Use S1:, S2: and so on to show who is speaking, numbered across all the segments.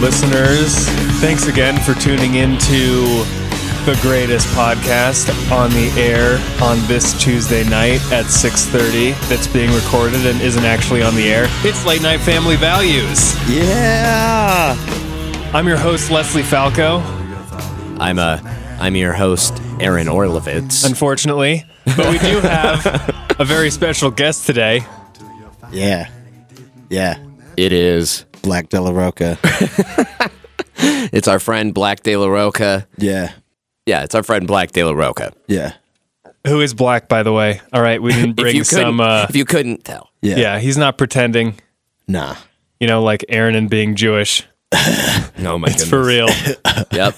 S1: listeners. Thanks again for tuning in to the greatest podcast on the air on this Tuesday night at 6:30 that's being recorded and isn't actually on the air. It's Late Night Family Values.
S2: Yeah.
S1: I'm your host Leslie Falco,
S2: I'm a I'm your host, Aaron Orlovitz.
S1: unfortunately, but we do have a very special guest today.
S3: Yeah. Yeah.
S2: It is.
S3: Black De La Roca.
S2: It's our friend Black De La Roca.
S3: yeah.
S2: Yeah, it's our friend Black De La Roca.
S3: Yeah.
S1: Who is black by the way? All right, we didn't
S2: If
S1: bring
S2: you couldn't,
S1: some uh,
S2: if you couldn't tell,
S3: Yeah.
S1: yeah, he's not pretending,
S3: Nah.
S1: you know, like Aaron and being Jewish.
S2: no, my
S1: It's for real.
S2: Yep.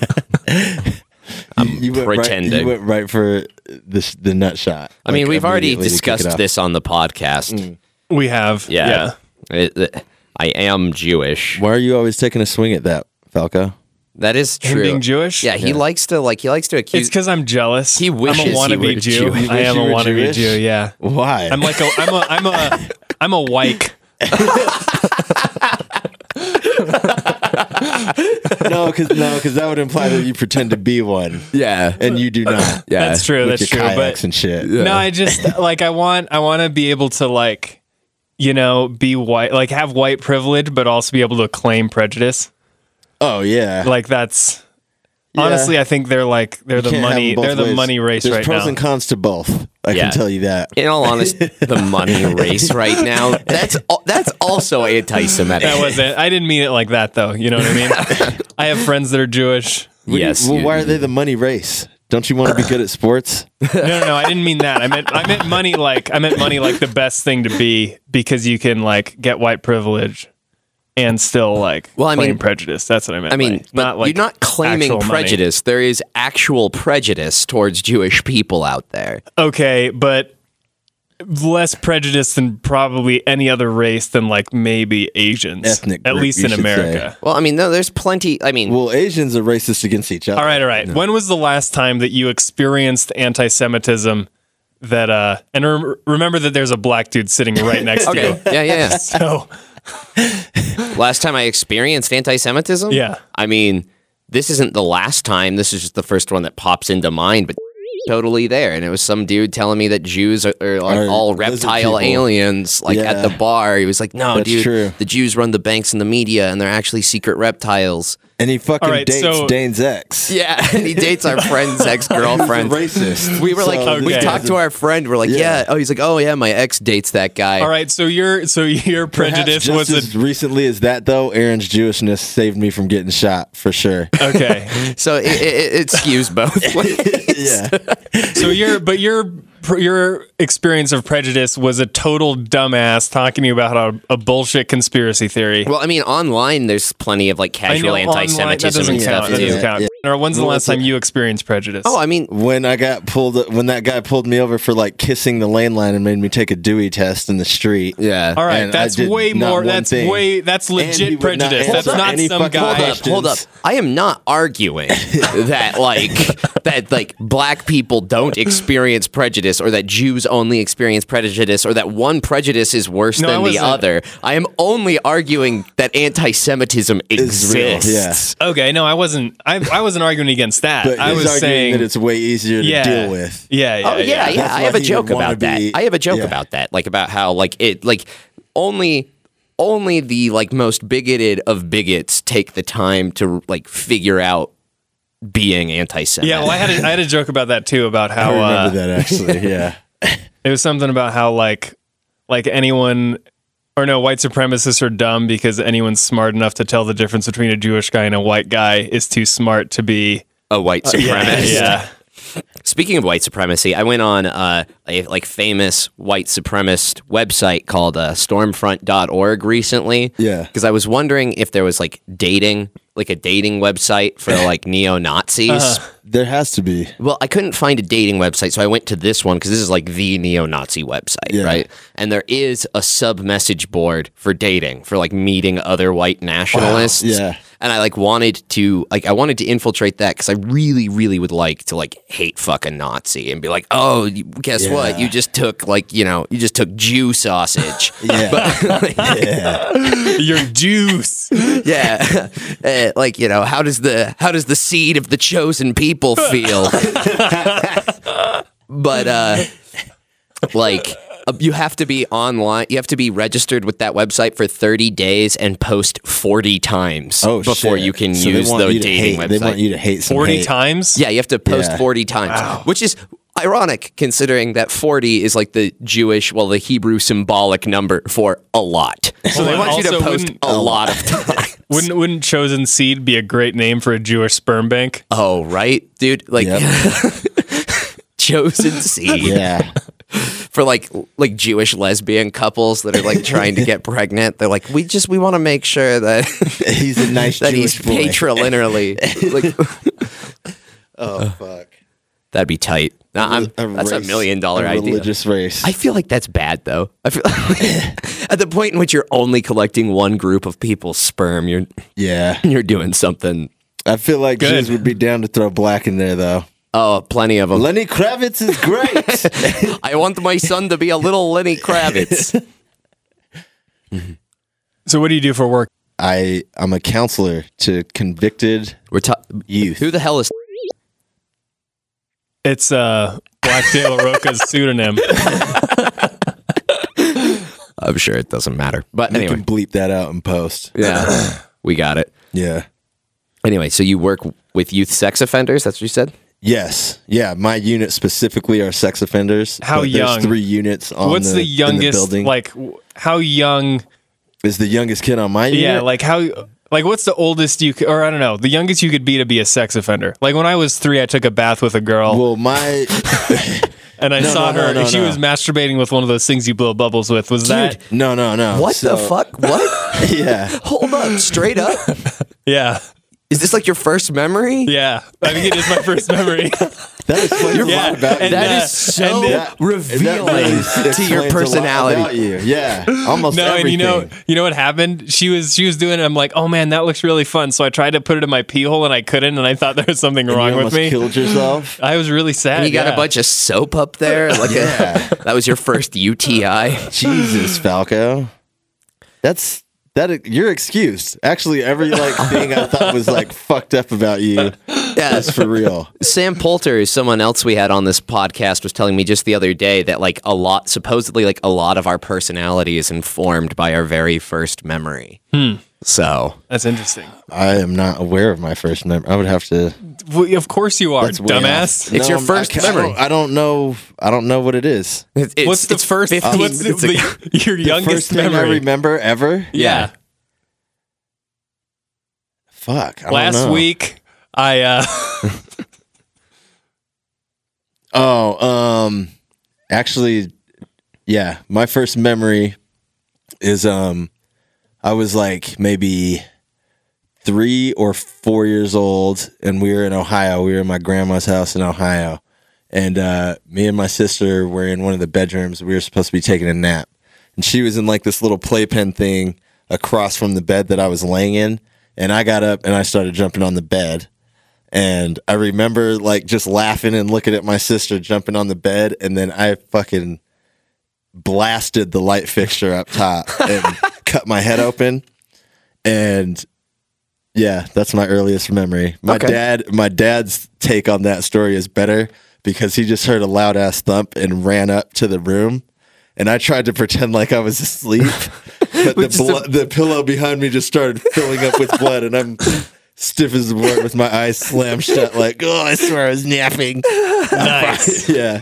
S3: You went Right,
S2: pretending.
S3: you went right for the sh- the nut shot.
S2: I mean,
S3: Like,
S2: we've already
S3: immediately to kick it
S2: discussed
S3: off.
S2: this on the podcast.
S1: We have.
S2: Yeah. It- it- I am Jewish.
S3: Why are you always taking a swing at that, Falco?
S2: That is
S1: Him
S2: true.
S1: being Jewish?
S2: Yeah, he likes to like he likes to
S1: It's
S2: accuse.
S1: because I'm jealous.
S2: He wishes
S1: I'm
S2: he
S1: a wannabe
S2: were
S1: Jew.
S2: Jewish.
S1: I am
S3: You
S1: a
S3: wish you were
S1: wannabe
S3: Jewish?
S1: Jew. Yeah,
S3: Why?
S1: I'm like a I'm a I'm a I'm a white.
S3: no, because that would imply that you pretend to be one,
S2: Yeah,
S3: and you do not.
S2: yeah,
S1: That's true.
S3: Uh, With
S1: that's
S3: your uh,
S1: true.
S3: kayaks
S1: But
S3: and shit.
S1: no, I just like I want I want to be able to like you know be white like have white privilege, but also be able to claim prejudice.
S3: Oh yeah.
S1: Like that's honestly, I think they're like they're the
S3: Can't have
S1: money
S3: them both
S1: they're the
S3: ways.
S1: money race
S3: There's
S1: right
S3: pros
S1: now.
S3: and cons to both. I
S2: Yeah.
S3: can tell you that.
S2: In all honesty, the money race right now that's al- that's also anti-Semitic.
S1: that wasn't. I didn't mean it like that though. You know what I mean? I have friends that are Jewish.
S2: yes.
S3: Well,
S2: you-
S3: why are they the money race? Don't you want to be good at sports?
S1: No, no, no, I didn't mean that. I meant I meant money like I meant money like the best thing to be because you can like get white privilege and still like
S2: Well, I
S1: claim
S2: mean-
S1: prejudice. That's what I meant.
S2: I mean,
S1: like, not like
S2: you're not claiming
S1: actual money.
S2: prejudice. There is actual prejudice towards Jewish people out there.
S1: Okay, but less prejudice than probably any other race than like maybe Asians,
S3: Ethnic
S1: at
S3: group,
S1: least
S3: you
S1: in
S3: should
S1: America.
S2: Well, I mean, no, there's plenty. I mean,
S3: Well, Asians are racist against each other.
S1: All right, all right. When was the last time that you experienced anti-Semitism? That uh, and rem- remember that there's a black dude sitting right next to
S2: okay,
S1: you.
S2: yeah, yeah.
S1: So
S2: yeah. Last time I experienced anti-Semitism,
S1: Yeah.
S2: I mean, this isn't the last time. This is just the first one that pops into mind, but totally there. And it was some dude telling me that Jews are, are, like,
S3: Are
S2: all
S3: lizard
S2: reptile
S3: people.
S2: aliens. Like at
S3: Yeah.
S2: the bar, he was like, "No,
S3: That's
S2: dude,
S3: true.
S2: the Jews run the banks and the media, and they're actually secret reptiles."
S3: And he fucking
S1: All right,
S3: dates
S1: so-
S3: Dane's ex.
S2: Yeah, and he dates our friend's ex-girlfriend.
S3: Racist.
S2: We were like,
S3: So
S2: we
S1: Okay.
S3: this
S2: talked
S3: is
S2: to our friend. We're like, yeah.
S3: Yeah.
S2: Oh, he's like, oh yeah, my ex dates that guy.
S1: All right, so your so your
S3: perhaps
S1: prejudice
S3: just
S1: was
S3: as
S1: a
S3: recently as that though. Aaron's Jewishness saved me from getting shot for sure.
S1: okay.
S2: So it, it, it skews both. ways.
S3: yeah,
S1: So your but your your experience of prejudice was a total dumbass talking to you about a, a bullshit conspiracy theory.
S2: well, I mean, online there's plenty of like casual
S1: online,
S2: anti-Semitism and
S1: that doesn't
S2: stuff
S1: count. That
S2: too.
S1: doesn't count. Or when's the last time you experienced prejudice?
S2: Oh, I mean,
S3: when I got pulled, when that guy pulled me over for like kissing the lane line and made me take a Dewey test in the street.
S2: yeah.
S1: all right.
S3: and I
S1: That's
S3: did
S1: way
S3: not
S1: more.
S3: one
S1: That's
S3: thing.
S1: way. That's
S3: And he
S1: legit
S3: would not
S1: prejudice.
S3: answer
S1: that's not
S3: any
S1: some
S3: fucking-
S1: guy.
S2: Hold up, hold up.
S3: Christians.
S2: I am not arguing that like that like black people don't experience prejudice or that Jews only experience prejudice or that one prejudice is worse
S1: No, I
S2: than the
S1: wasn't-
S2: other. I am only arguing that anti-Semitism
S3: Is real, yeah.
S2: exists.
S1: Okay, no, I wasn't. I, I wasn't arguing against that.
S3: But
S1: I
S3: he's
S1: was
S3: arguing
S1: saying
S3: that it's way easier to
S1: yeah,
S3: deal with.
S1: Yeah, yeah,
S2: Oh yeah, yeah.
S3: That's
S2: I
S3: why
S2: have a
S3: he
S2: joke
S3: would wanna
S2: about
S3: be-
S2: that. I have a joke
S3: yeah.
S2: about that. Like about how like it like only only the like most bigoted of bigots take the time to like figure out being anti-Semitic.
S1: Yeah, well, I had a, I had a joke about that too about how
S3: I remember
S1: uh,
S3: that actually. Yeah,
S1: It was something about how like like anyone or no white supremacists are dumb because anyone smart enough to tell the difference between a Jewish guy and a white guy is too smart to be
S2: a white
S3: Uh,
S2: supremacist.
S1: yeah.
S2: Speaking of white supremacy, I went on uh, a like famous white supremacist website called uh, stormfront.org recently.
S3: Yeah.
S2: Cuz I was wondering if there was like dating, like a dating website for like neo-Nazis.
S1: Uh-huh.
S3: there has to be.
S2: Well, I couldn't find a dating website, so I went to this one cuz this is like the neo-Nazi website,
S3: Yeah.
S2: right? And there is a sub message board for dating, for like meeting other white nationalists.
S3: yeah.
S2: and I like wanted to like I wanted to infiltrate that because I really really would like to like hate fucking Nazi and be like, oh, you- guess what?
S3: Yeah.
S2: You just took like you know you just took Jew sausage.
S3: Yeah.
S2: But, like,
S3: yeah.
S1: Your juice.
S2: yeah, Eh, like you know how does the how does the seed of the chosen people feel? but uh, like uh, you have to be online you have to be registered with that website for 30 days and post 40 times
S3: Oh,
S2: before
S3: shit.
S2: you can
S3: So they
S2: use
S3: want
S2: the
S3: you to
S2: dating
S3: hate-
S2: website
S3: They want you to hate some
S1: 40
S3: hate.
S1: times?
S2: yeah you have to post
S3: Yeah.
S2: 40 times which is ironic considering that 40 is like the jewish well the hebrew symbolic number for a lot so
S1: Well,
S2: they
S1: and
S2: want you to
S1: also
S2: post
S1: wouldn't-
S2: a lot of times
S1: Wouldn't wouldn't chosen seed be a great name for a Jewish sperm bank?
S2: Oh, right, dude. Like chosen seed
S3: Yeah.
S2: for like like Jewish lesbian couples that are like trying to get pregnant. They're like, we just we want to make sure that
S3: He's a nice
S2: that
S3: Jewish
S2: he's
S3: boy.
S2: patrilineally. like,
S3: Oh fuck.
S2: that'd be tight. Nah, I'm,
S3: A
S2: that's a
S3: race,
S2: million dollar
S3: a
S2: idea.
S3: Religious race.
S2: I feel like that's bad though. I feel at the point in which you're only collecting one group of people's sperm, you're
S3: yeah.
S2: you're doing something.
S3: I feel like
S1: Good.
S3: Jews would be down to throw black in there though.
S2: Oh, plenty of them.
S3: Lenny Kravitz is great.
S2: I want my son to be a little Lenny Kravitz.
S1: So what do you do for work?
S3: I I'm a counselor to convicted
S2: We're ta-
S3: youth.
S2: Who the hell is?
S1: It's uh Black De La Roca's pseudonym.
S2: I'm sure it doesn't matter. But
S3: You
S2: anyway,
S3: can bleep that out and post.
S2: yeah, we got it.
S3: Yeah.
S2: Anyway, so you work with youth sex offenders. That's what you said.
S3: Yes. Yeah. My unit specifically are sex offenders.
S1: How
S3: but
S1: young?
S3: There's three units on
S1: What's
S3: the,
S1: the,
S3: in
S1: youngest
S3: building.
S1: like w- how young
S3: is the youngest kid on my unit?
S1: Yeah, like how like what's the oldest you c- or I don't know, the youngest you could be to be a sex offender. Like when I was 3 I took a bath with a girl
S3: well, my
S1: and I
S3: no,
S1: saw
S3: no,
S1: her
S3: no, no,
S1: she
S3: no.
S1: was masturbating with one of those things you blow bubbles with. Was that
S3: no, no, no. So-
S2: fuck? What?
S3: Yeah.
S2: Hold up, straight up.
S1: Yeah.
S2: Is this like your first memory?
S1: Yeah. I think it is my first memory.
S3: That explains a
S1: Yeah,
S3: lot about
S1: and
S3: you.
S2: That
S1: Yeah.
S2: is so
S1: And it-
S3: That-
S2: revealing
S3: that really
S2: to
S3: explains a
S2: your
S3: lot about
S2: personality.
S3: you. Yeah. Almost
S1: No,
S3: everything.
S1: and you know, you know what happened? She was she was doing it. I'm like, oh man, that looks really fun. So I tried to put it in my pee hole, and I couldn't, and I thought there was something
S3: You
S1: wrong with
S3: almost
S1: me.
S3: killed yourself.
S1: I was really sad.
S2: You got
S1: yeah.
S2: a bunch of soap up there. Like a-
S3: Yeah.
S2: that was your first UTI.
S3: Jesus, Falco. That's that. You're excused. Actually, every like thing I thought was like fucked up about you
S2: Yeah,
S3: is for real.
S2: Sam Poulter, who's someone else we had on this podcast, was telling me just the other day that like a lot, supposedly like a lot of our personality is informed by our very first memory.
S1: Hmm.
S2: So
S1: That's interesting.
S3: I am not aware of my first memory. I would have to.
S1: Well, of course you are,
S3: That's way
S1: dumbass.
S3: off.
S2: It's your
S3: I'm-
S2: first
S3: I ca- I
S2: memory.
S3: don't- I don't know. I don't know what it is.
S2: it's,
S1: What's the
S2: it's
S1: first?
S2: 15
S1: what's the,
S2: it's a-
S1: the- your
S3: The
S1: youngest
S3: first thing I
S1: memory?
S3: remember ever.
S1: yeah.
S3: Fuck. I don't
S1: Last
S3: know.
S1: week, I uh,
S3: Oh, um, actually, yeah. My first memory is um, I was like maybe three or four years old, and we were in Ohio. We were in my grandma's house in Ohio, and uh, me and my sister were in one of the bedrooms. We were supposed to be taking a nap, and she was in like this little playpen thing across from the bed that I was laying in. And I got up and I started jumping on the bed. And I remember like just laughing and looking at my sister jumping on the bed, and then I fucking blasted the light fixture up top and cut my head open. And yeah, that's my earliest memory. My
S2: Okay.
S3: dad, my dad's take on that story is better because he just heard a loud ass thump and ran up to the room, and I tried to pretend like I was asleep, but the,
S2: is a-
S3: blo- the pillow behind me just started filling up with blood, and I'm stiff as a board with my eyes slammed shut, like, oh, I swear I was napping.
S1: nice.
S3: Yeah.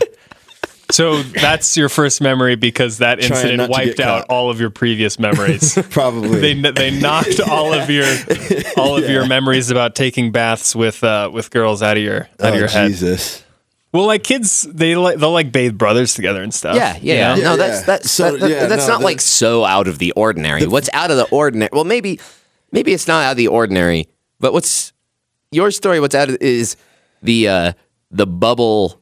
S1: so that's your first memory because that incident
S3: not to
S1: wiped
S3: get
S1: out
S3: caught.
S1: all of your previous memories.
S3: Probably.
S1: they they knocked all of your all of your memories about taking baths with uh, with girls out of your out of
S3: oh,
S1: your head.
S3: Jesus.
S1: Well, like kids, they like they'll like bathe brothers together and stuff.
S2: yeah, yeah,
S1: you know?
S2: No, that's
S3: yeah.
S2: that's
S3: So,
S2: that- that-
S3: yeah,
S2: that's
S3: no,
S2: not like so out of the ordinary. what's out of the ordinary? Well, maybe maybe it's not out of the ordinary, but what's your story? What's out of is the uh, the bubble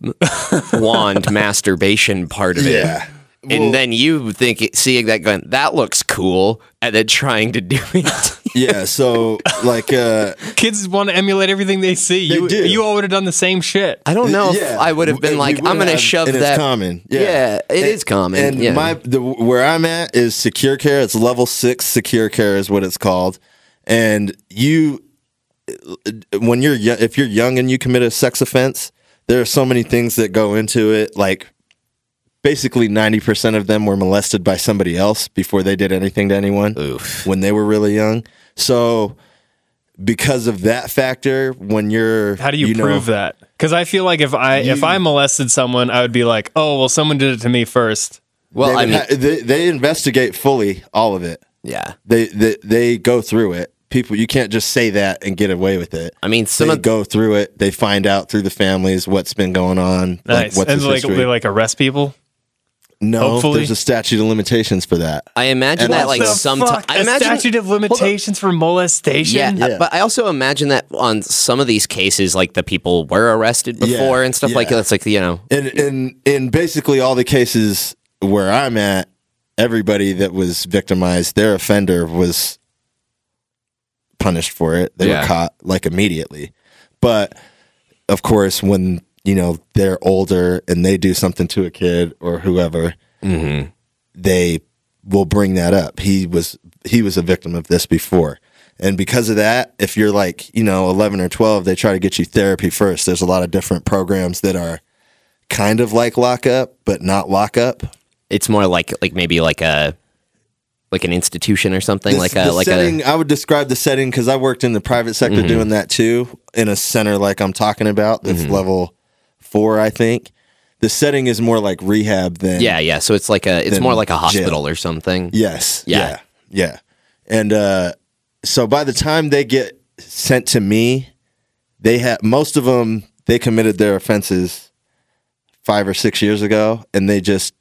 S2: wand masturbation part of it.
S3: Yeah.
S2: and then you think seeing that going that looks cool, and then trying to do it.
S3: yeah, so like uh
S1: Kids want to emulate everything they see.
S3: They
S1: you,
S3: do.
S1: you all would have done the same shit.
S2: I don't know if I would have been
S3: We
S2: like,
S3: would
S2: I'm going to
S3: have,
S2: shove
S3: and
S2: that.
S3: It's common. Yeah,
S2: Yeah, it
S3: And-
S2: is common,
S3: And
S2: yeah.
S3: my the where I'm at is secure care. It's level six secure care is what it's called. And you, when you're yo- if you're young and you commit a sex offense, there are so many things that go into it. Like basically, ninety percent of them were molested by somebody else before they did anything to anyone when they were really young. So. Because of that factor, when you're
S1: How do you,
S3: know,
S1: prove that? Because I feel like if I if I molested someone, I would be like, oh well, someone did it to me first.
S2: Well,
S3: they,
S2: I
S3: would
S2: mean,
S3: ha- they, they investigate fully all of it.
S2: yeah.
S3: They, they they go through it. People, you can't just say that and get away with it.
S2: I mean, some
S3: they
S2: of-
S3: go through it. They find out through the families what's been going on.
S1: Nice.
S3: Like, what's
S1: and
S3: his
S1: like
S3: history.
S1: they like arrest people.
S3: no,
S1: hopefully-
S3: there's a statute of limitations for that.
S2: I imagine
S3: And
S2: that
S3: what
S2: like
S3: the
S2: sometimes. I
S1: a
S2: imagine
S1: statute of limitations for
S2: Yeah,
S1: molestation.
S2: uh, but I also imagine that on some of these cases, like the people were arrested before and stuff like
S3: yeah.
S2: that. It's like you know,
S3: In in in basically all the cases where I'm at, everybody that was victimized, their offender was punished for it. They
S2: Yeah.
S3: were caught like immediately. But of course, when you know they're older and they do something to a kid or whoever, they will bring that up. He was he was a victim of this before. And because of that, if you're like, you know, 11 or 12, they try to get you therapy first. There's a lot of different programs that are kind of like lockup, but not lockup.
S2: it's more like like maybe like a like an institution or something
S3: The-
S2: like a Mm-hmm.
S3: the
S2: like
S3: setting, I would describe the setting because I worked in the private sector doing that too in a center like I'm talking about. That's
S2: Mm-hmm.
S3: level four, I think. The setting is more like rehab than
S2: a yeah yeah. So it's like a it's
S3: Then
S2: more like a
S3: jail.
S2: hospital or something.
S3: Yes.
S2: Yeah.
S3: Yeah. Yeah. And uh, so by the time they get sent to me, they had most of them they committed their offenses five or six years ago, and they just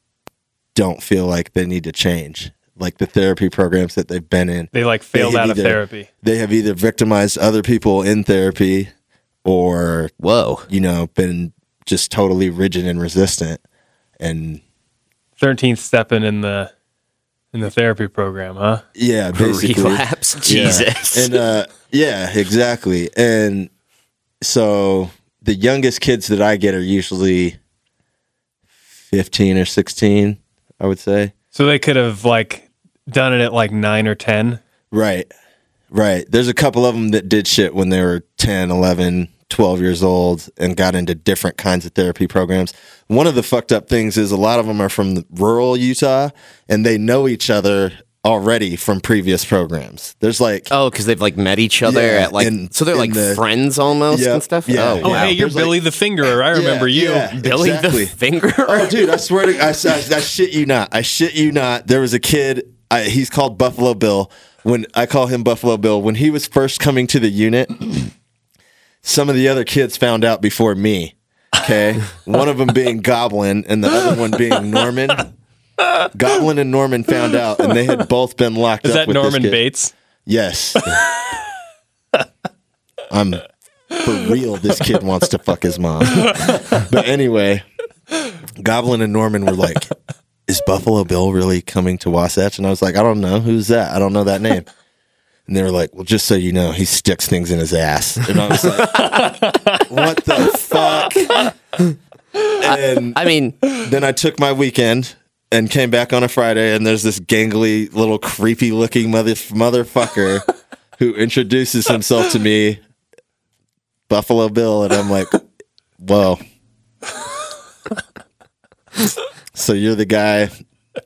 S3: don't feel like they need to change. Like the therapy programs that they've been in,
S1: They like failed
S3: have
S1: out of
S3: either-
S1: therapy.
S3: They have either victimized other people in therapy, or
S2: Whoa.
S3: you know, been just totally rigid and resistant. And
S1: Thirteenth stepping in the in the therapy program, huh?
S3: yeah, basically,
S2: Relapse,
S3: Yeah.
S2: Jesus.
S3: And uh, yeah, exactly. And so the youngest kids that I get are usually 15 or 16, I would say.
S1: So they could have like done it at like nine or ten.
S3: Right. Right. There's a couple of them that did shit when they were 10, 11, 12 years old and got into different kinds of therapy programs. One of the fucked up things is a lot of them are from the rural Utah and they know each other already from previous programs. There's like
S2: Oh, because they've like met each other
S3: Yeah,
S2: at like
S3: in-
S2: so they're
S3: in
S2: like
S3: the-
S2: friends almost
S3: Yeah,
S2: and stuff.
S3: yeah.
S2: oh,
S1: Oh,
S2: wow.
S1: hey, you're
S3: There's, like-
S1: Billy the Fingerer. I remember you.
S3: yeah,
S2: Billy
S3: exactly.
S2: the finger.
S3: Oh, dude, I swear to I, I, I shit you not. I shit you not. There was a kid. I, he's called Buffalo Bill. When I call him Buffalo Bill, when he was first coming to the unit, some of the other kids found out before me. Okay, one of them being Goblin and the other one being Norman. Goblin and Norman found out, and they had both been locked
S1: Is
S3: up.
S1: that
S3: with this
S1: Norman
S3: kid.
S1: Bates?
S3: Yes. I'm for real. This kid wants to fuck his mom. but anyway, Goblin and Norman were like, "Is Buffalo Bill really coming to Wasatch?" And I was like, "I don't know. Who's that? I don't know that name." And they were like, "Well, just so you know, he sticks things in his ass." And I was like, "What the fuck?" And
S2: I mean,
S3: then I took my weekend and came back on a Friday, and there's this gangly little creepy looking mother motherfucker who introduces himself to me, Buffalo Bill, and I'm like, whoa. so you're the guy,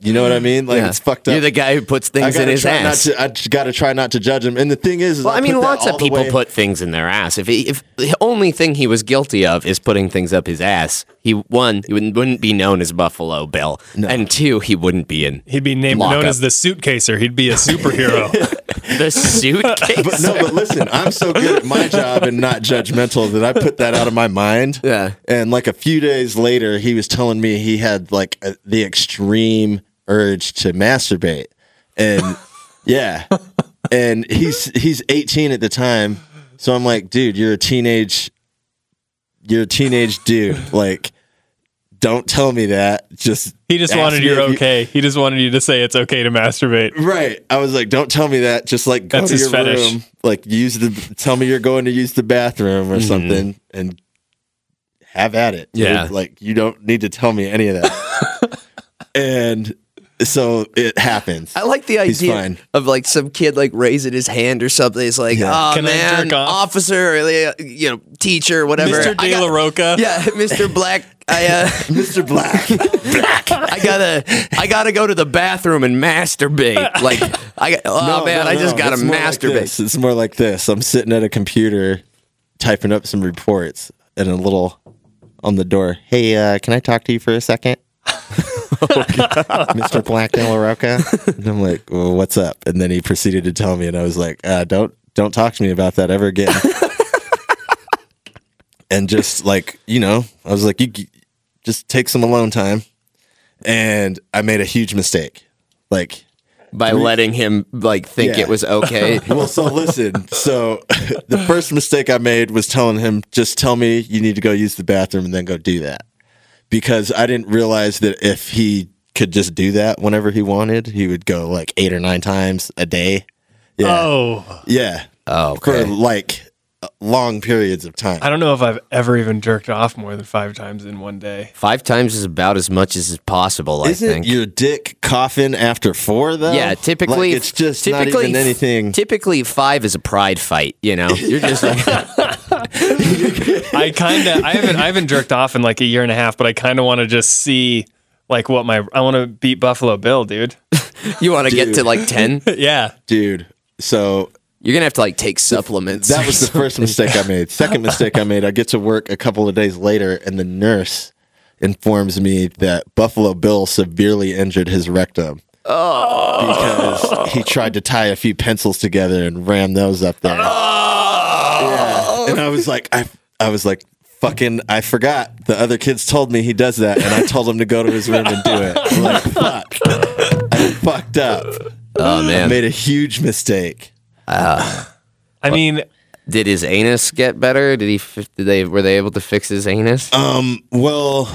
S3: you know what I mean? Like
S2: yeah.
S3: it's fucked up.
S2: You're the guy who puts
S3: I
S2: things in
S3: gotta
S2: his
S3: try not
S2: ass.
S3: to- I j- gotta try not to judge him. And the thing is, is
S2: Well, I mean,
S3: put that
S2: lots
S3: all
S2: of
S3: the
S2: people
S3: way-
S2: put things in their ass. If, he, if the only thing he was guilty of is putting things up his ass, he one he wouldn't, wouldn't be known as Buffalo Bill, and two he wouldn't be in
S1: He'd be named
S2: Lock
S1: known
S2: up.
S1: as the suitcaser. He'd be a superhero.
S2: the suitcase.
S3: But no, but listen, I'm so good at my job and not judgmental that I put that out of my mind.
S2: Yeah.
S3: And like a few days later, he was telling me he had like a, the extreme urge to masturbate, and yeah, and he's he's 18 at the time, so I'm like, dude, you're a teenage, you're a teenage dude, like. don't tell me that. Just
S1: He just
S3: ask
S1: wanted
S3: me
S1: your
S3: if you-
S1: okay. He just wanted you to say it's okay to masturbate.
S3: Right. I was like, don't tell me that. Just like go
S1: That's
S3: to
S1: his
S3: your
S1: fetish.
S3: room. Like use the tell me you're going to use the bathroom or
S2: Mm-hmm.
S3: something and have at it. dude.
S2: Yeah.
S3: Like you don't need to tell me any of that. and so it happens.
S2: I like the
S3: He's
S2: idea
S3: fine.
S2: of like some kid like raising his hand or something. He's like,
S3: Yeah.
S2: oh
S1: Can I
S2: man,
S1: jerk off?"
S2: officer, or, uh, you know, teacher, whatever.
S1: Mr.
S2: I
S1: De La
S2: got-
S1: Roca.
S2: yeah, Mr. Black. I uh,
S3: Mr. Black.
S2: I gotta I gotta go to the bathroom and masturbate. Like I got, oh
S3: No,
S2: man,
S3: no,
S2: I just
S3: no.
S2: gotta
S3: It's more like
S2: masturbate.
S3: this. it's more like this. I'm sitting at a computer typing up some reports and a little on the door. Hey, uh, can I talk to you for a second? Mr. Black De La Roca. And I'm like, well, what's up? And then he proceeded to tell me, and I was like, uh, don't don't talk to me about that ever again. and just like you know, I was like, you g- just take some alone time. And I made a huge mistake. Like
S2: By letting him like think
S3: Yeah.
S2: it was okay.
S3: well, so listen. So the first mistake I made was telling him, just tell me you need to go use the bathroom and then go do that. Because I didn't realize that if he could just do that whenever he wanted, he would go like eight or nine times a day. Yeah.
S1: Oh,
S3: Yeah.
S2: Oh,
S3: For
S2: okay.
S3: like uh, long periods of time.
S1: I don't know if I've ever even jerked off more than five times in one day.
S2: Five times is about as much as is possible, I
S3: Isn't
S2: think.
S3: your dick coughing after four though?
S2: yeah, typically
S3: Like, it's just not even anything.
S2: Typically, five is a pride fight. You know, you're just like,
S1: I kind of I haven't I haven't jerked off in like a year and a half, but I kind of want to just see like what my I want to beat Buffalo Bill, dude.
S2: you want to get to like ten.
S1: yeah,
S3: Dude. So
S2: You're gonna have to like take supplements.
S3: That was the first mistake I made. Second mistake I made, I get to work a couple of days later, and the nurse informs me that Buffalo Bill severely injured his rectum. Oh. Because he tried to tie a few pencils together and ram those up there. Yeah. And I was like, I, I was like, fucking, I forgot. The other kids told me he does that, and I told him to go to his room and do it. I'm like, fuck. I fucked up.
S2: oh
S3: I
S2: man,
S3: made a huge mistake.
S1: I mean,
S2: did his anus get better? Did he? f- Did they? Were they able to fix his anus?
S3: Um, well,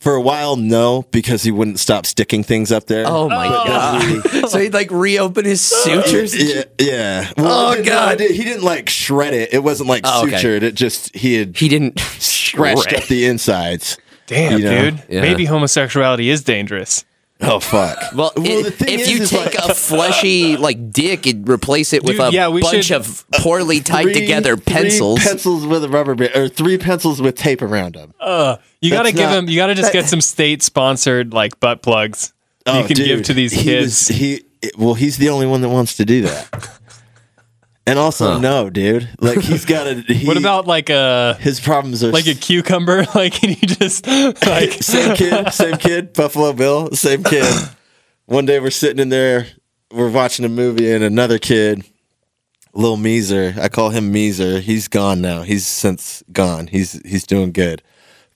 S3: for a while, no, because he wouldn't stop sticking things up there.
S2: oh my god! so he'd like reopen his sutures.
S3: Yeah, yeah. Well,
S2: Oh,
S3: I didn't- no,
S2: God.
S3: I did- he didn't like shred it. It wasn't like
S2: Oh, okay.
S3: sutured. It just he had
S2: He didn't
S3: scratched up the insides.
S1: damn,
S3: You know?
S1: dude,
S2: Yeah.
S1: maybe homosexuality is dangerous.
S3: Oh fuck.
S2: Well, it- if you take a fleshy like dick and replace it with
S1: Dude,
S2: a
S1: yeah, we
S2: bunch
S1: should-
S2: of poorly tied
S3: three-
S2: together
S3: three
S2: pencils,
S3: pencils with a rubber band, or three pencils with tape around them.
S1: You got to
S3: That's
S1: give
S3: not-
S1: him. You got to just get some state sponsored like butt plugs you can give to these
S3: Oh, He was-
S1: kids.
S3: he well, he's the only one that wants to do that. And also, no, dude. Like he's got a. He,
S1: what about like a
S3: his problems are
S1: like a cucumber? Like can you just like
S3: same kid, same kid, Buffalo Bill, same kid. One day we're sitting in there, we're watching a movie, and another kid, Lil Measer, I call him Measer. He's gone now. He's since gone. He's he's doing good,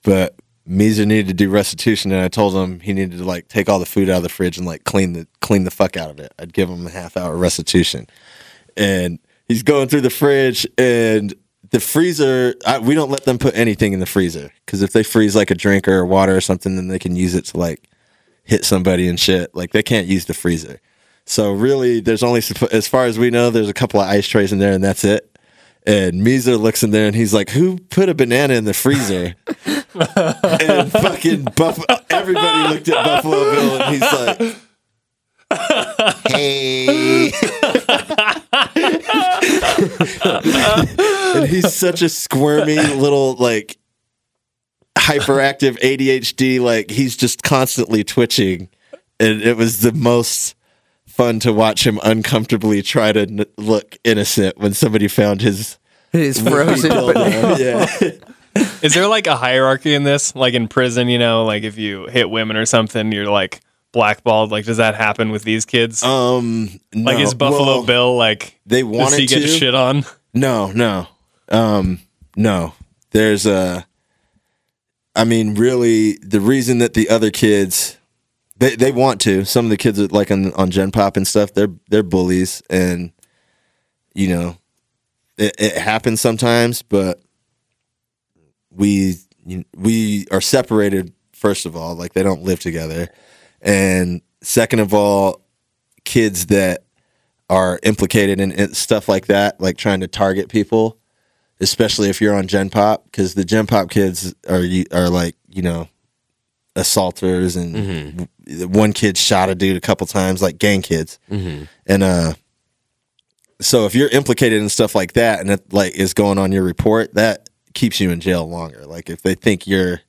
S3: but Measer needed to do restitution, and I told him he needed to like take all the food out of the fridge and like clean the clean the fuck out of it. I'd give him a half hour restitution and he's going through the fridge and the freezer I, we don't let them put anything in the freezer because if they freeze like a drink or water or something then they can use it to like hit somebody and shit like they can't use the freezer so really there's only supp- as far as we know there's a couple of ice trays in there and that's it and Meezer looks in there and he's like, "Who put a banana in the freezer?" and fucking Buff- everybody looked at Buffalo Bill and he's like, "Hey." and he's such a squirmy little like hyperactive ADHD like he's just constantly twitching and it was the most fun to watch him uncomfortably try to n- look innocent when somebody found his
S2: his frozen. but-
S3: yeah
S1: Is there like a hierarchy in this? Like in prison, you know, like if you hit women or something, you're like blackballed. Like, does that happen with these kids?
S3: um
S1: like,
S3: no.
S1: is Buffalo
S3: Well,
S1: Bill like
S3: they
S1: does he
S3: wanted
S1: get
S3: to
S1: shit on?
S3: No, no. Um, no. There's a I mean, really the reason that the other kids they they want to. Some of the kids are like on on Gen Pop and stuff, they're they're bullies and you know, it, it happens sometimes, but we we are separated first of all, like they don't live together. And second of all, kids that are implicated in it- stuff like that, like trying to target people, especially if you're on Gen Pop, because the Gen Pop kids are you are like you know assaulters and
S2: Mm-hmm.
S3: w- one kid shot a dude a couple times, like gang kids, and uh. So if you're implicated in stuff like that and it like is going on your report, that keeps you in jail longer. Like if they think you're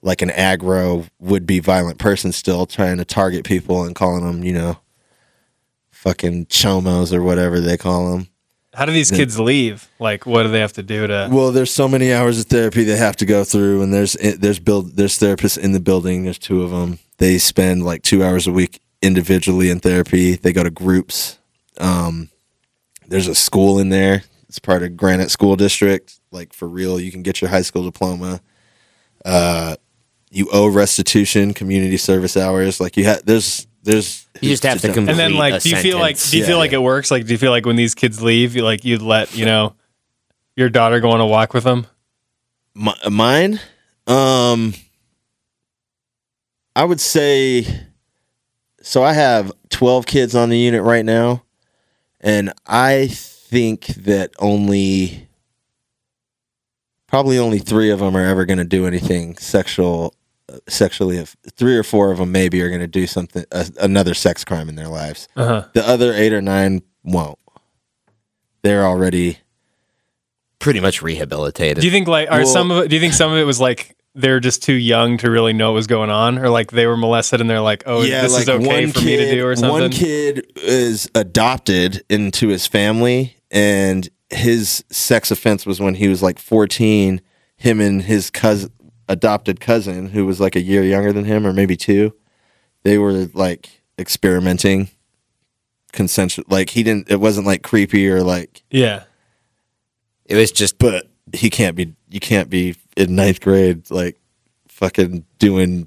S3: like an aggro would be violent person still trying to target people and calling them, you know, fucking chomos or whatever they call them.
S1: How do these kids leave? Like, what do they have to do to?
S3: Well, there's so many hours of therapy they have to go through, and there's eh, there's build there's therapists in the building. There's two of them. They spend like two hours a week individually in therapy. They go to groups. Um, there's a school in there. It's part of Granite School District. Like for real, you can get your high school diploma. Uh, you owe restitution, community service hours. Like you have there's there's
S2: You just have to
S3: complete.
S2: complete.
S1: And then, like,
S2: a
S1: do you feel like
S2: sentence.
S1: do you feel
S3: Yeah.
S1: like it works? Like, do you feel like when these kids leave, you like you'd let you know your daughter go on a walk with them?
S3: Mi- mine um i would say so i have 12 kids on the unit right now and i think that only probably only 3 of them are ever going to do anything sexual uh, sexually if 3 or 4 of them maybe are going to do something a, another sex crime in their lives
S1: Uh huh.
S3: the other 8 or 9 won't they're already
S2: pretty much rehabilitated.
S1: Do you think like are some of it, do you think some of it was like they're just too young to really know what was going on, or like they were molested and they're like, oh, this is okay for me to do or something?
S3: One kid is adopted into his family, and his sex offense was when he was like 14. Him and his cousin, adopted cousin, who was like a year younger than him, or maybe two, they were like experimenting consensual. Like he didn't. It wasn't like creepy or like.
S1: Yeah.
S2: it was just
S3: But he can't be. You can't be in ninth grade like fucking doing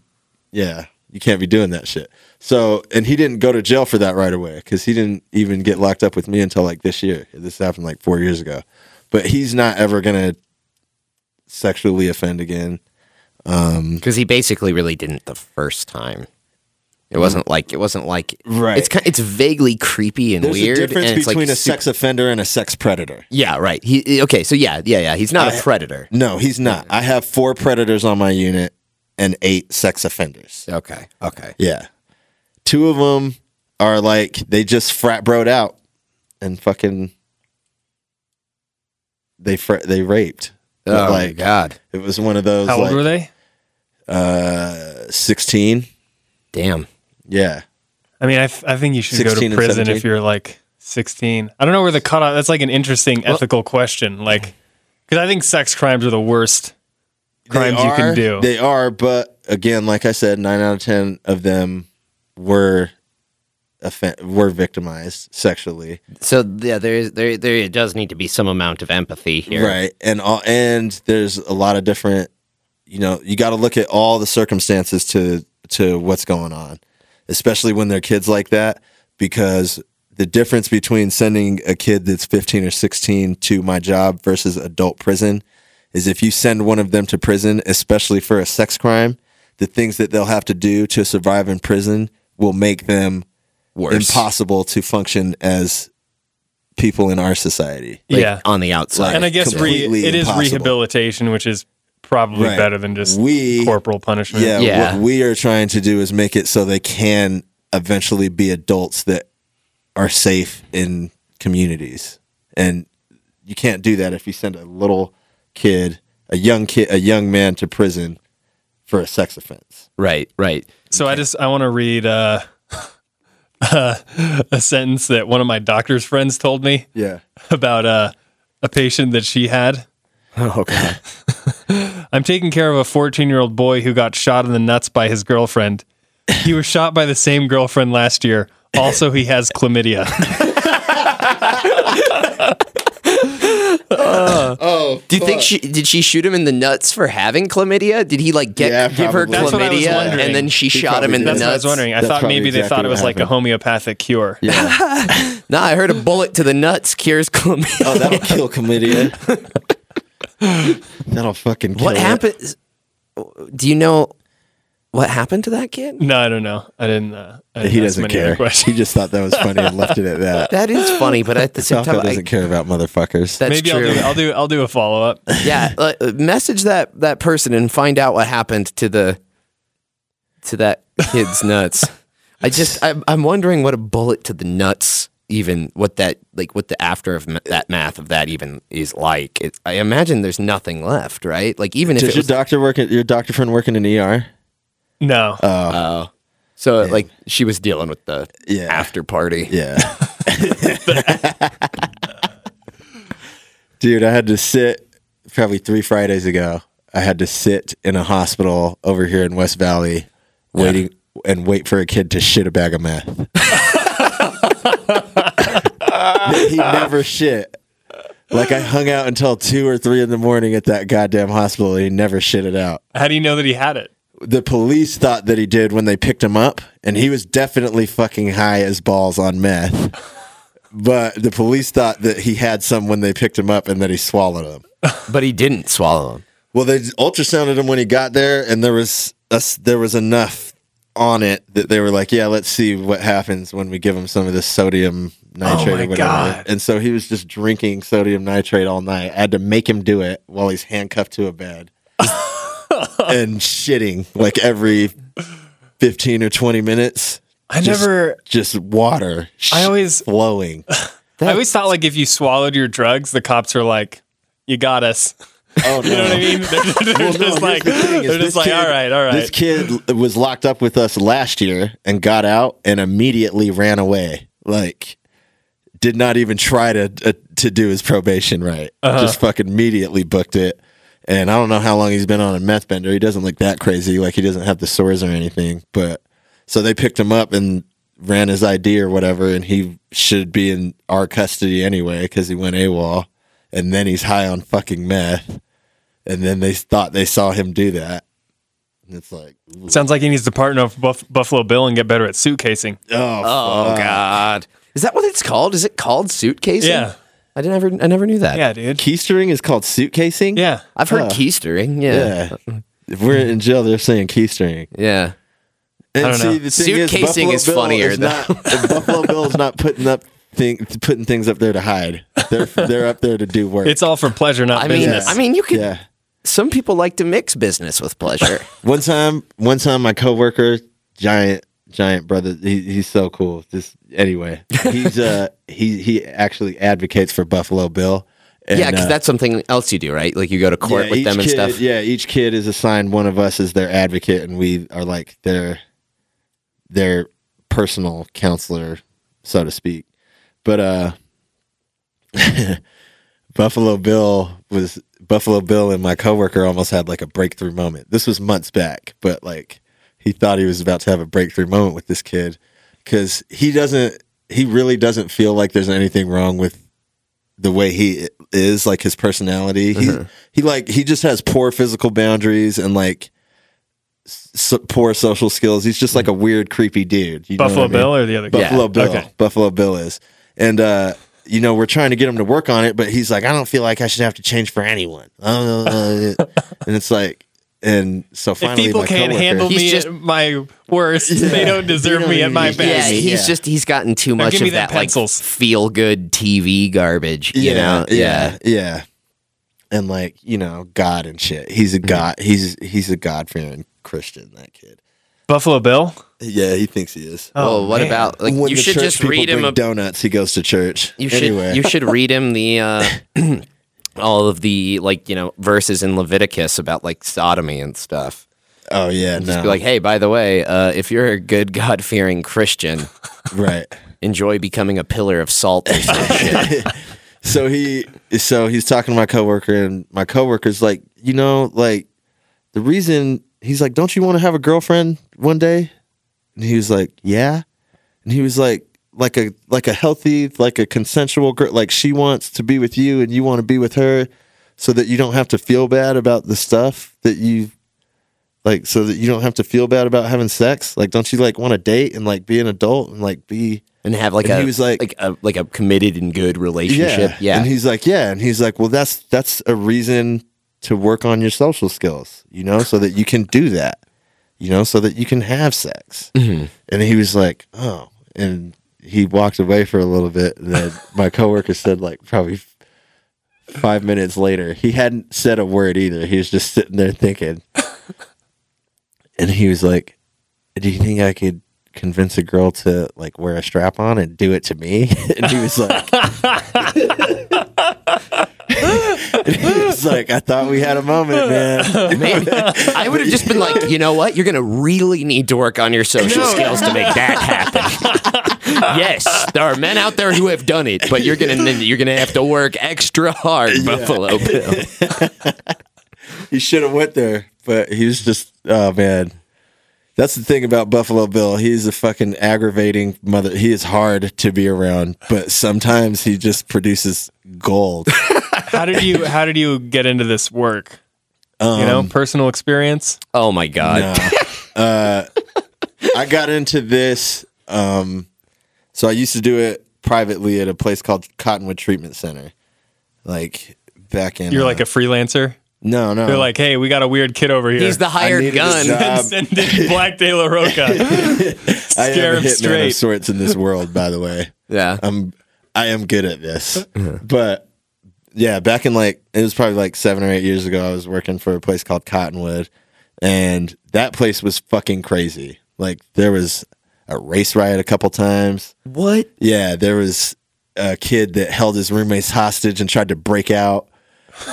S3: yeah, you can't be doing that shit. So, and he didn't go to jail for that right away because he didn't even get locked up with me until like this year. This happened like four years ago. But he's not ever going to sexually offend again. Um,
S2: because he basically really didn't the first time. It wasn't like it wasn't like
S3: Mm-hmm. Right.
S2: It's kind, it's vaguely creepy and
S3: There's
S2: weird.
S3: a difference
S2: and it's like
S3: between a
S2: super-
S3: sex offender and a sex predator.
S2: Yeah, right. He okay. So yeah, yeah, yeah. He's not a predator.
S3: No, he's not. I have four predators on my unit and eight sex offenders.
S2: Okay. Okay.
S3: Yeah. Two of them are like, they just frat broed out and fucking. They fr- they raped.
S2: Oh my
S3: Like,
S2: god.
S3: It was one of those.
S1: How old
S3: like,
S1: were they?
S3: Uh, sixteen.
S2: Damn.
S3: Yeah,
S1: I mean, I, f- I think you should go
S3: 16
S1: to
S3: and
S1: prison if
S3: 17.
S1: you're like 16. I don't know where the cutoff. That's like an interesting ethical question. Like, because I think sex crimes are the worst crimes
S3: They
S1: you can
S3: are-
S1: do.
S3: They are, but again, like I said, nine out of ten of them were offen- were victimized sexually,
S2: So yeah, there is there there does need to be some amount of empathy here.
S3: right? And all and there's a lot of different. You know, you got to look at all the circumstances to to what's going on, especially when they're kids like that, because the difference between sending a kid that's 15 or 16 to my job versus adult prison is if you send one of them to prison, especially for a sex crime, the things that they'll have to do to survive in prison will make them
S2: Worse.
S3: impossible to function as people in our society.
S2: Like,
S1: yeah.
S2: On the outside.
S1: And I guess re-
S3: completely
S1: it is
S3: impossible.
S1: rehabilitation, which is probably
S3: Right.
S1: better than just
S3: We-
S1: corporal punishment.
S3: Yeah,
S2: Yeah.
S3: what we are trying to do is make it so they can eventually be adults that are safe in communities. And you can't do that if you send a little kid, a young kid, a young man to prison for a sex offense.
S2: right. Right.
S1: So I just I want to read uh, a sentence that one of my doctor's friends told me
S3: Yeah.
S1: about uh, a patient that she had.
S2: Oh god.
S1: I'm taking care of a 14 year old boy who got shot in the nuts by his girlfriend. He was shot by the same girlfriend last year. Also, he has chlamydia.
S3: Oh.
S2: Do you think she did she shoot him in the nuts for having chlamydia? Did he like get
S3: Yeah,
S2: give her
S3: probably. That's
S1: what I was
S2: chlamydia
S1: wondering.
S2: and then she
S3: He
S2: shot him
S3: probably
S2: in the
S1: That's
S3: did.
S1: what I
S2: nuts?
S1: was wondering. I
S3: That's
S1: thought
S3: probably
S1: maybe they
S3: exactly
S1: thought it
S3: what
S1: was like a
S3: happened.
S1: homeopathic cure.
S2: Nah, I heard a bullet to the nuts cures chlamydia.
S3: Oh, that'll kill chlamydia. that'll fucking kill
S2: What
S3: it.
S2: happens? Do you know? what happened to that kid?
S1: No, I don't know. I didn't. Uh, I didn't
S3: He
S1: ask
S3: doesn't
S1: many other
S3: care. He
S1: questions.
S3: just thought that was funny and left it at that.
S2: That is funny, but at the same
S3: Falco
S2: time, I,
S3: doesn't care about motherfuckers.
S2: that's
S1: Maybe I'll
S2: true.
S1: do. I'll do. I'll do a follow up.
S2: yeah, uh, uh, message that that person and find out what happened to the to that kid's nuts. I just I'm, I'm wondering what a bullet to the nuts even what that like what the after of ma- that math of that even is like. It's, I imagine there's nothing left, right? Like even if
S3: Does
S2: it
S3: your
S2: was,
S3: doctor work at your doctor friend working in ER?
S1: No,
S3: Uh,
S2: so like she was dealing with the
S3: Yeah.
S2: after party.
S3: Yeah. Dude, I had to sit probably three Fridays ago. I had to sit in a hospital over here in West Valley waiting and wait for a kid to shit a bag of meth. he never shit. Like I hung out until two or three in the morning at that goddamn hospital. And he never shit it out
S1: how do you know that he had it?
S3: the police thought that he did when they picked him up, and he was definitely fucking high as balls on meth. But the police thought that he had some when they picked him up and that he swallowed them.
S2: But he didn't swallow them.
S3: Well, they ultrasounded him when he got there, and there was us there was enough on it that they were like, "Yeah, let's see what happens when we give him some of this sodium nitrate
S1: Oh my
S3: or whatever."
S1: God.
S3: And so he was just drinking sodium nitrate all night. I had to make him do it while he's handcuffed to a bed and shitting like every fifteen or twenty minutes.
S1: I
S3: Just-
S1: never.
S3: Just water.
S1: I always-
S3: flowing.
S1: I always thought like if you swallowed your drugs, the cops are like, "You got us."
S3: Oh no.
S1: You know what I mean? They're, they're
S3: Well, no,
S1: just
S3: here's
S1: like,
S3: the thing, is
S1: they're
S3: this
S1: just like,
S3: kid-
S1: all right, all
S3: This
S1: right.
S3: kid l- was locked up with us last year and got out and immediately ran away. Like, did not even try to uh, to do his probation right.
S1: Uh-huh.
S3: Just fucking immediately booked it. And I don't know how long he's been on a meth bender. He doesn't look that crazy. Like he doesn't have the sores or anything. But so they picked him up and ran his ID or whatever, and he should be in our custody anyway because he went AWOL. And then he's high on fucking meth. And then they thought they saw him do that. And it's like, oh,
S1: Sounds like he needs to partner up with Buff- Buffalo Bill and get better at suitcasing.
S2: Oh God, is that what it's called? Is it called suitcasing?
S1: Yeah.
S2: I didn't ever I never knew that.
S1: Yeah, dude.
S3: keystering is called suitcasing.
S1: Yeah.
S2: I've heard keystering. Yeah.
S3: yeah. If we're in jail, they're saying keystering.
S2: yeah.
S3: And
S1: don't know.
S3: see, the thing is,
S2: Suitcasing
S3: Buffalo
S2: is
S3: Bill
S2: funnier,
S3: is
S2: though.
S3: not- Buffalo Bill's not putting up thing, putting things up there to hide. They're they're up there to do work.
S1: It's all for pleasure, not
S2: I mean,
S1: business.
S2: I mean, you could.
S3: yeah.
S2: Some people like to mix business with pleasure.
S3: One time, one time, my coworker, giant, giant brother, he, he's so cool. Just anyway, he's uh, he he actually advocates for Buffalo Bill. And,
S2: yeah, because
S3: uh,
S2: that's something else you do, right? Like you go to court with
S3: each
S2: them and
S3: kid,
S2: stuff.
S3: Yeah, each kid is assigned one of us as their advocate, and we are like their their personal counselor, so to speak. But uh, Buffalo Bill was Buffalo Bill, and my coworker almost had like a breakthrough moment. This was months back, but like he thought he was about to have a breakthrough moment with this kid because he doesn't. He really doesn't feel like there's anything wrong with the way he is, like his personality. He he like he just has poor physical boundaries and like so, poor social skills. He's just like a weird, creepy dude. You know
S1: Buffalo
S3: what I mean?
S1: Bill or the other guy?
S3: Buffalo Bill.
S1: Okay.
S3: Buffalo Bill is, and uh, you know we're trying to get him to work on it, but he's like, I don't feel like I should have to change for anyone. Uh, and it's like, and so
S1: If
S3: finally,
S1: people
S3: my
S1: can't
S3: coworker-
S1: handle
S2: He's
S1: me
S2: just-
S1: at my worst, they don't deserve
S3: don't
S1: me at
S3: even-
S1: my
S3: yeah,
S2: Yeah,
S1: best.
S3: he-
S2: he's
S3: yeah.
S2: just he's gotten too much
S1: give
S2: of
S1: me them
S2: that like
S1: pencils.
S2: feel good TV garbage. you know,
S3: yeah, yeah. And like you know, God and shit. He's a
S2: Mm-hmm.
S3: god. He's he's a God fearing Christian. That kid.
S1: Buffalo Bill?
S3: Yeah, he thinks he is.
S2: Oh, what
S1: man.
S2: about like
S3: when
S2: you
S3: the
S2: should
S3: church
S2: just
S3: people
S2: read him
S3: bring
S2: a
S3: donuts. He goes to church.
S2: You should
S3: anyway.
S2: you should read him the uh, all of the like you know verses in Leviticus about like sodomy and stuff.
S3: oh yeah, no,
S2: Be like, hey, by the way, uh, if you're a good God fearing Christian,
S3: right.
S2: enjoy becoming a pillar of salt or some shit.
S3: So he, so he's talking to my coworker, and my coworker's like, you know, like the reason he's like, don't you want to have a girlfriend one day? And he was like, yeah. And he was like, like a like a healthy, like a consensual girl, like she wants to be with you, and you want to be with her, so that you don't have to feel bad about the stuff that you. Like so that you don't have to feel bad about having sex. Like, don't you like want to date and like be an adult and like be
S2: and have like
S3: And
S2: a
S3: he was like-
S2: a like a committed and good relationship. Yeah,
S3: And he's like, yeah. And he's like, well, that's that's a reason to work on your social skills, you know, so that you can do that. you know, so that you can have sex. And he was like, oh. And he walked away for a little bit. And then my coworker said, like, probably f- five minutes later, he hadn't said a word either. He was just sitting there thinking. and he was like, do you think I could convince a girl to like wear a strap on and do it to me? and he was like, and he was like, I thought we had a moment, man.
S2: Maybe. I would have just been like, you know what? You're going to really need to work on your social skills to make that happen. yes, there are men out there who have done it, but you're going to you're going to have to work extra hard, Buffalo Bill.
S3: he should have went there, but he was just oh man. That's the thing about Buffalo Bill. He's a fucking aggravating mother. He is hard to be around, but sometimes he just produces gold.
S1: How did you How did you get into this work? you
S3: Um,
S1: know, personal experience.
S2: Oh my god.
S3: Uh, I got into this. Um, so I used to do it privately at a place called Cottonwood Treatment Center, like back in.
S1: You're
S3: uh,
S1: like a freelancer.
S3: no, no.
S1: They're like, hey, we got a weird kid over here.
S2: He's the
S3: I
S2: hired
S3: needed a
S2: gun.
S3: job. Um,
S1: Send in Black De La Roca.
S3: I
S1: scare
S3: am a
S1: 'em
S3: hitman
S1: straight.
S3: of sorts in this world. By the way,
S2: Yeah.
S3: I'm I am good at this. but yeah, back in like it was probably like seven or eight years ago, I was working for a place called Cottonwood, and that place was fucking crazy. Like there was a race riot a couple times.
S2: What?
S3: Yeah, there was a kid that held his roommates hostage and tried to break out.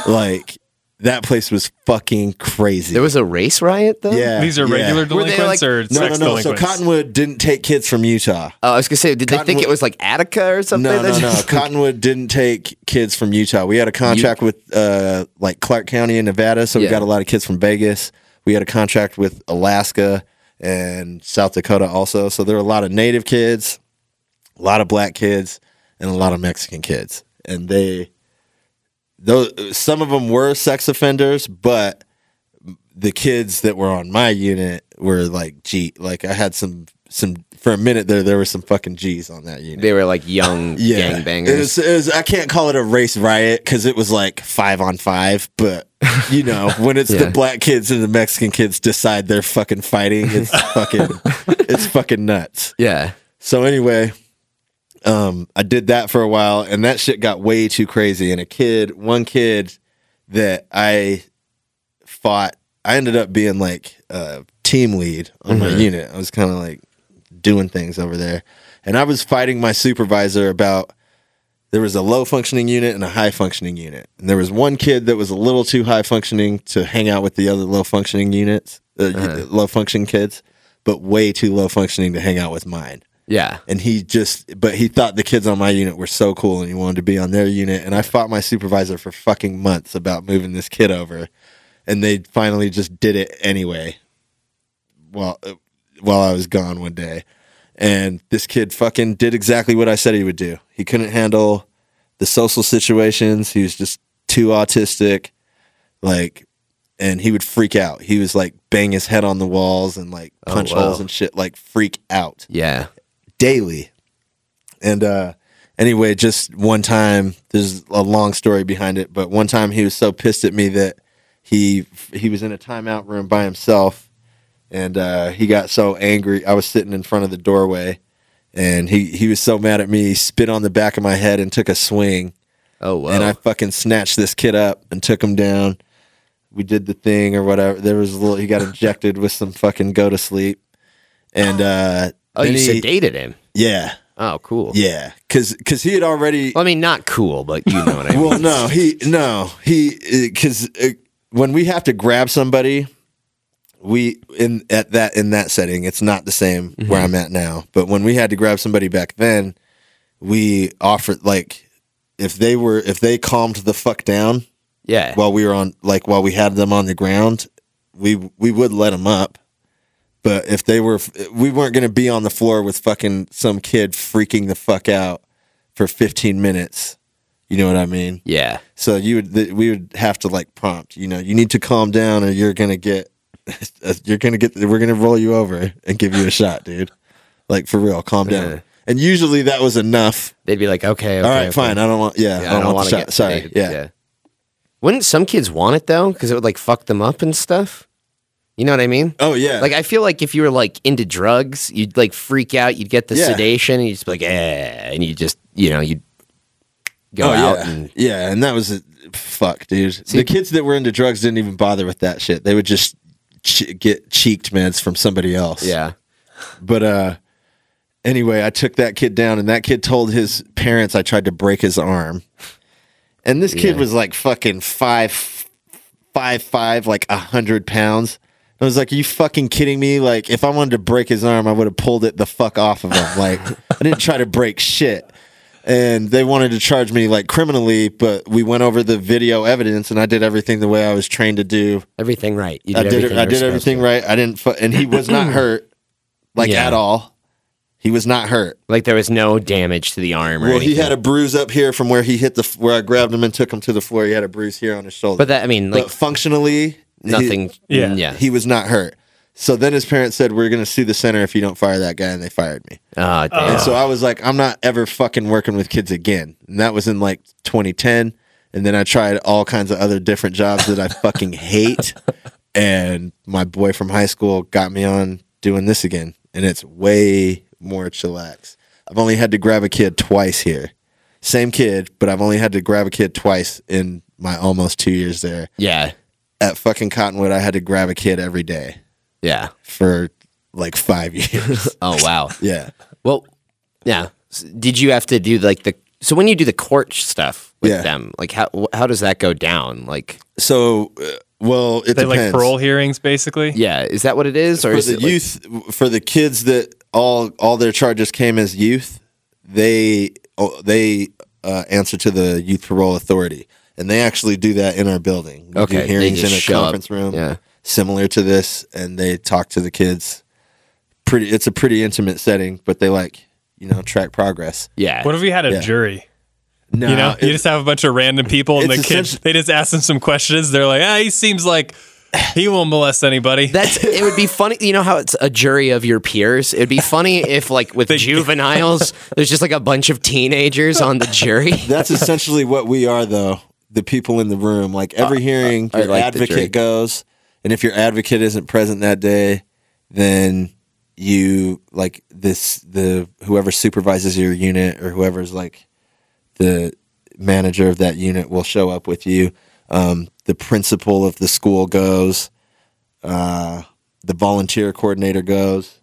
S3: Like that place was fucking crazy.
S2: There was a race riot though?
S3: yeah,
S1: These are
S3: yeah.
S1: regular
S2: Were they
S1: delinquents
S2: like-
S1: or
S3: No,
S1: sex
S3: no, no. So
S1: delinquents?
S3: Cottonwood didn't take kids from Utah.
S2: Oh, I was going to say did they think it was like Attica or something?
S3: No, no,
S2: That's
S3: no.
S2: just-
S3: Cottonwood didn't take kids from Utah. We had a contract with uh, like Clark County in Nevada, so
S2: Yeah.
S3: we got a lot of kids from Vegas. We had a contract with Alaska and South Dakota also. So there were a lot of native kids, a lot of black kids, and a lot of Mexican kids. And they, those, some of them were sex offenders, but the kids that were on my unit were like G. Like I had some some for a minute there. There were some fucking G's on that unit
S2: They were like young gangbangers.
S3: it was- it was- I can't call it a race riot because it was like five on five, but you know, when it's
S2: Yeah.
S3: the black kids and the Mexican kids decide they're fucking fighting, it's fucking, it's fucking nuts.
S2: yeah.
S3: So anyway, um, I did that for a while, and that shit got way too crazy. And a kid, one kid that I fought, I ended up being like a team lead on my unit. I was kind of like doing things over there, and I was fighting my supervisor about. There was a low functioning unit and a high functioning unit, and there was one kid that was a little too high functioning to hang out with the other low functioning units, uh, low functioning kids, but way too low functioning to hang out with mine
S2: Yeah.
S3: and he just but he thought the kids on my unit were so cool and he wanted to be on their unit and i fought my supervisor for fucking months about moving this kid over and they finally just did it anyway while uh, while i was gone one day and this kid fucking did exactly what i said he would do he couldn't handle the social situations he was just too autistic like and he would freak out he was like bang his head on the walls and like punch
S2: wow.
S3: holes and shit like freak out
S2: Yeah.
S3: daily. And uh anyway, just one time there's a long story behind it, but one time he was so pissed at me that he he was in a timeout room by himself and uh he got so angry. I was sitting in front of the doorway and he he was so mad at me, he spit on the back of my head and took a swing
S2: Oh, wow.
S3: and I fucking snatched this kid up and took him down. We did the thing or whatever. There was a little he got injected with some fucking go to sleep. And uh
S2: oh, you
S3: then he-
S2: sedated him.
S3: yeah.
S2: Oh, cool.
S3: Yeah, because he had already.
S2: Well, I mean, not cool, but you know what I mean.
S3: Well, no, he no he because uh, when we have to grab somebody, we in at that in that setting, it's not the same where I'm at now. But when we had to grab somebody back then, we offered like if they were if they calmed the fuck down
S2: yeah.
S3: while we were on like while we had them on the ground, we we would let them up. But if they were, we weren't going to be on the floor with fucking some kid freaking the fuck out for 15 minutes. You know what I mean?
S2: yeah.
S3: So you would, th- we would have to like prompt. You know, you need to calm down, or you're gonna get, you're gonna get, we're gonna roll you over and give you a shot, dude. Like for real, calm down.
S2: Yeah.
S3: And usually that was enough.
S2: They'd be like, okay, okay.
S3: All right,
S2: okay.
S3: fine. I don't want. Yeah,
S2: Yeah, I don't
S3: want the
S2: want to
S3: shot.
S2: get
S3: Sorry.
S2: sedated.
S3: Yeah.
S2: Wouldn't some kids want it though? Because it would like fuck them up and stuff. You know what I mean?
S3: Oh yeah.
S2: Like I feel like if you were like into drugs, you'd like freak out, you'd get the
S3: Yeah.
S2: sedation, and you'd just be like, eh, and you just you know you'd go
S3: oh
S2: out
S3: yeah.
S2: and
S3: yeah, and that was a, fuck, dude. the kids that were into drugs didn't even bother with that shit. They would just che- get cheeked meds from somebody else.
S2: yeah.
S3: But uh anyway, I took that kid down and that kid told his parents I tried to break his arm. And this kid was like fucking five five five, like a hundred pounds. I was like, Are you fucking kidding me? Like if I wanted to break his arm, I would have pulled it the fuck off of him. Like I didn't try to break shit. And they wanted to charge me like criminally, but we went over the video evidence and I did everything the way I was trained to do.
S2: Everything right. You
S3: I did
S2: everything
S3: I
S2: you're
S3: did
S2: supposed
S3: everything
S2: to.
S3: right. I didn't fu- and he was not hurt like
S2: Yeah.
S3: at all. He was not hurt.
S2: Like there was no damage to the arm or
S3: Well,
S2: anything.
S3: he had a bruise up here from where he hit the f- where I grabbed him and took him to the floor. He had a bruise here on his shoulder.
S2: but that I mean,
S3: But
S2: like
S3: functionally he-
S2: nothing.
S1: Yeah.
S2: yeah.
S3: He, was not hurt. So then his parents said, "We're going to sue the center if you don't fire that guy," and they fired me.
S2: Ah, damn.
S3: And so I was like, "I'm not ever fucking working with kids again." And that was in like 2010. And then I tried all kinds of other different jobs that I fucking hate. And my boy from high school got me on doing this again, and it's way more chillax. I've only had to grab a kid twice here. Same kid, but I've only had to grab a kid twice in my almost two years there
S2: yeah,
S3: at fucking Cottonwood, I had to grab a kid every day
S2: yeah.
S3: for like five years.
S2: Oh wow.
S3: yeah.
S2: Well, yeah. S- Did you have to do like the so when you do the court stuff with
S3: Yeah.
S2: them, like how wh- how does that go down? Like,
S3: So, uh, well, it
S1: They
S3: depends.
S1: like parole hearings, basically.
S2: yeah, is that what it is, or
S3: for
S2: is
S3: the
S2: it like-
S3: youth, for the kids that all all their charges came as youth, they oh, they uh, answer to the youth parole authority, and they actually do that in our building. We do
S2: Okay, they
S3: hearings
S2: just
S3: in a
S2: show up.
S3: conference room,
S2: Yeah.
S3: similar to this, and they talk to the kids. Pretty, it's a pretty intimate setting, but they like you know track progress.
S2: yeah,
S1: What if we had a
S3: Yeah.
S1: jury?
S3: No,
S1: You know, you just have a bunch of random people, and the
S3: it's
S1: kids
S3: essentia-
S1: they just ask them some questions. They're like, "Ah, he seems like he won't molest anybody."
S2: That's it would be funny. You know how it's a jury of your peers. It'd be funny if like with juveniles, there's just like a bunch of teenagers on the jury.
S3: That's essentially what we are, though. The people in the room, like every hearing,
S2: I
S3: your
S2: like the jury.
S3: advocate goes, and if your advocate isn't present that day, then you like this the whoever supervises your unit or whoever's like the manager of that unit will show up with you. Um, the principal of the school goes. Uh, the volunteer coordinator goes.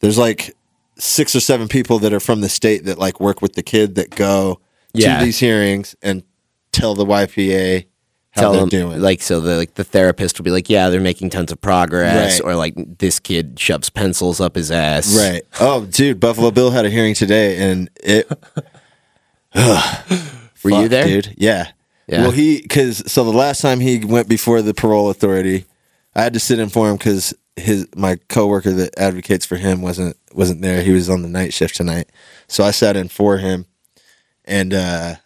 S3: There's like six or seven people that are from the state that like work with the kid that go
S2: Yeah.
S3: to these hearings and tell the YPA how
S2: Tell
S3: they're
S2: them
S3: doing.
S2: like so the like the therapist will be like, yeah, they're making tons of progress,
S3: Right.
S2: or like this kid shoves pencils up his ass,
S3: right. Oh, dude, Buffalo Bill had a hearing today and it
S2: Were you
S3: Fuck,
S2: there?
S3: dude? Yeah.
S2: Yeah.
S3: Well, he because so the last time he went before the parole authority, I had to sit in for him because his my coworker that advocates for him wasn't wasn't there. He was on the night shift tonight, so I sat in for him. And uh,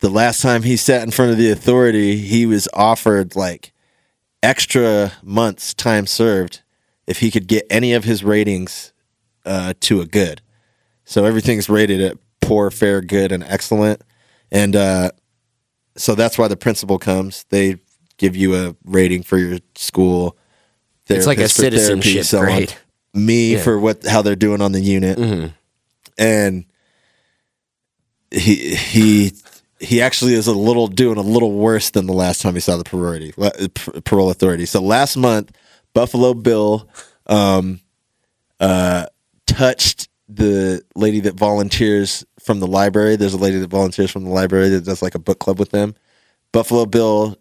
S3: the last time he sat in front of the authority, he was offered like extra months time served if he could get any of his ratings uh, to a good. So everything's rated at poor, fair, good, and excellent. And uh, so that's why the principal comes. They give you a rating for your school.
S2: It's like a
S3: therapist for therapy,
S2: citizenship
S3: so on.
S2: grade.
S3: Me for what how they're doing on the unit,
S2: Mm-hmm.
S3: and he he he actually is a little doing a little worse than the last time he saw the priority la- p- parole authority. So last month, Buffalo Bill um, uh, touched the lady that volunteers from the library. There's a lady that volunteers from the library that does like a book club with them. Buffalo Bill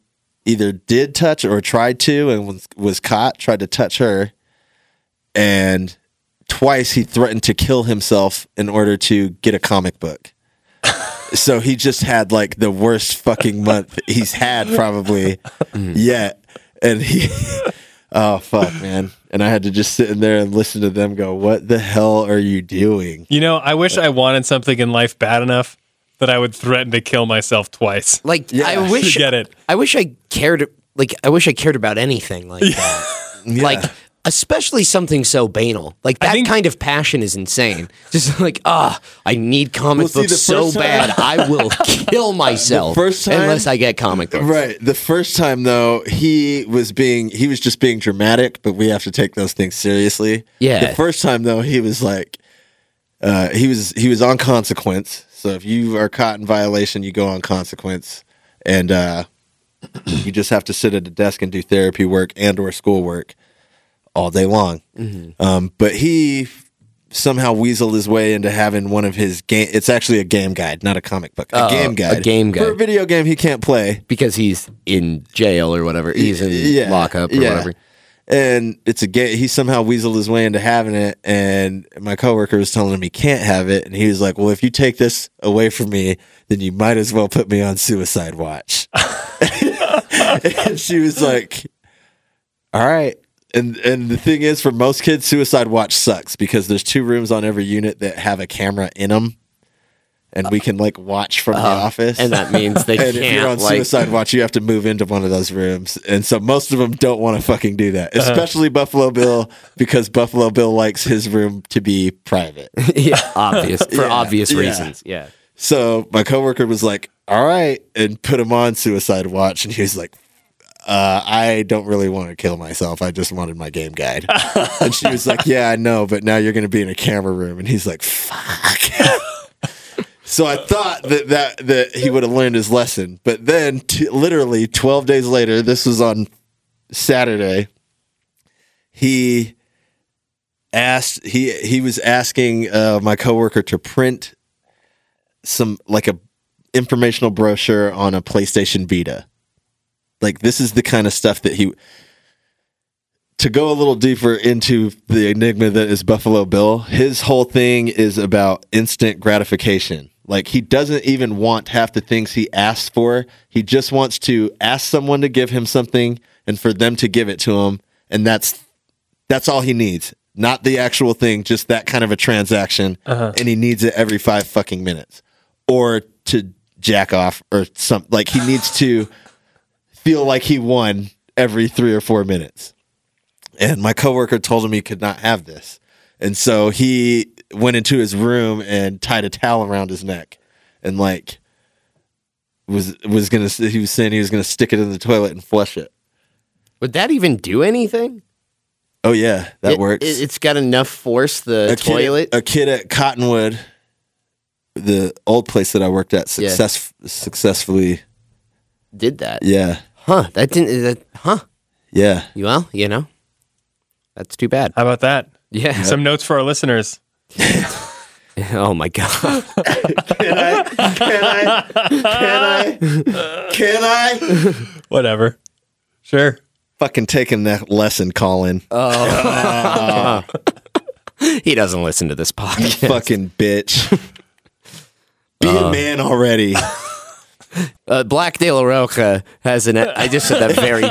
S3: either did touch or tried to and was, was caught, tried to touch her. And twice he threatened to kill himself in order to get a comic book. so he just had like the worst fucking month he's had probably yet. And he, oh fuck, man. And I had to just sit in there and listen to them go, what the hell are you doing?
S1: You know, I wish I wanted something in life bad enough that I would threaten to kill myself twice.
S2: Like I
S3: Yeah.
S2: wish
S1: Get it.
S2: I wish I cared. Like I wish I cared about anything like that. Like especially something so banal. Like that
S1: think-
S2: kind of passion is insane. Just like, ah, I need comic
S3: Well, see,
S2: books
S3: the
S2: so
S3: first time-
S2: bad, I will kill myself
S3: first time-
S2: unless I get comic books.
S3: Right. The first time though, he was being he was just being dramatic, but we have to take those things seriously.
S2: Yeah.
S3: The first time though, he was like uh he was he was on consequence. So if you are caught in violation, you go on consequence and uh you just have to sit at a desk and do therapy work and or schoolwork all day long.
S2: Mm-hmm.
S3: Um but he somehow weaseled his way into having one of his game it's actually a game guide, not a comic book. A
S2: Oh,
S3: game
S2: a
S3: guide.
S2: game
S3: For a
S2: guide.
S3: video game he can't play.
S2: Because he's in jail or whatever. He's in
S3: Yeah,
S2: lockup or
S3: yeah.
S2: whatever.
S3: And it's a gay. He somehow weaseled his way into having it, and my coworker was telling him he can't have it, and he was like, "Well, if you take this away from me, then you might as well put me on suicide watch." and she was like, "All right." And and the thing is, for most kids, suicide watch sucks because there's two rooms on every unit that have a camera in them, and we can like watch from the office.
S2: Uh-huh. And that means they
S3: And if you're on
S2: can't like
S3: suicide watch, you have to move into one of those rooms. And so most of them don't want to fucking do that,
S2: Uh-huh.
S3: especially Buffalo Bill, because Buffalo Bill likes his room to be private.
S2: yeah, obvious for obvious
S3: yeah.
S2: reasons. Yeah.
S3: So my coworker was like, "All right," and put him on suicide watch, and he was like, uh, "I don't really want to kill myself. I just wanted my game guide." and she was like, "Yeah, I know, but now you're going to be in a camera room." And he's like, "Fuck." so I thought that that that he would have learned his lesson, but then t- literally 12 days later, this was on Saturday. He asked he he was asking uh, my coworker to print some like a informational brochure on a PlayStation Vita. Like this is the kind of stuff that he to go a little deeper into the enigma that is Buffalo Bill, his whole thing is about instant gratification. Like he doesn't even want half the things he asks for. He just wants to ask someone to give him something and for them to give it to him and that's that's all he needs. Not the actual thing, just that kind of a transaction. And he needs it every five fucking minutes. Or to jack off or something. Like he needs to feel like he won every three or four minutes. And my coworker told him he could not have this. And so he went into his room and tied a towel around his neck and like was was gonna he was saying he was gonna stick it in the toilet and flush it.
S2: Would that even do anything?
S3: Oh yeah, that
S2: It-
S3: works.
S2: It, has got enough force the toilet.
S3: Kid, a kid at Cottonwood, the old place that I worked at,
S2: Yeah.
S3: success successfully.
S2: did that.
S3: Yeah,
S2: Huh. That didn't that huh.
S3: yeah.
S2: Well, you know. That's too bad.
S1: How about that?
S2: Yeah.
S1: Some notes for our listeners.
S2: Oh my god.
S3: Can I? Can I? Can I? Can I?
S1: Whatever. Sure.
S3: Fucking taking that lesson, Colin.
S2: Oh, he doesn't listen to this podcast.
S3: Fucking bitch. Be a man already.
S2: Uh, Black De La Roca has an. I just said that very.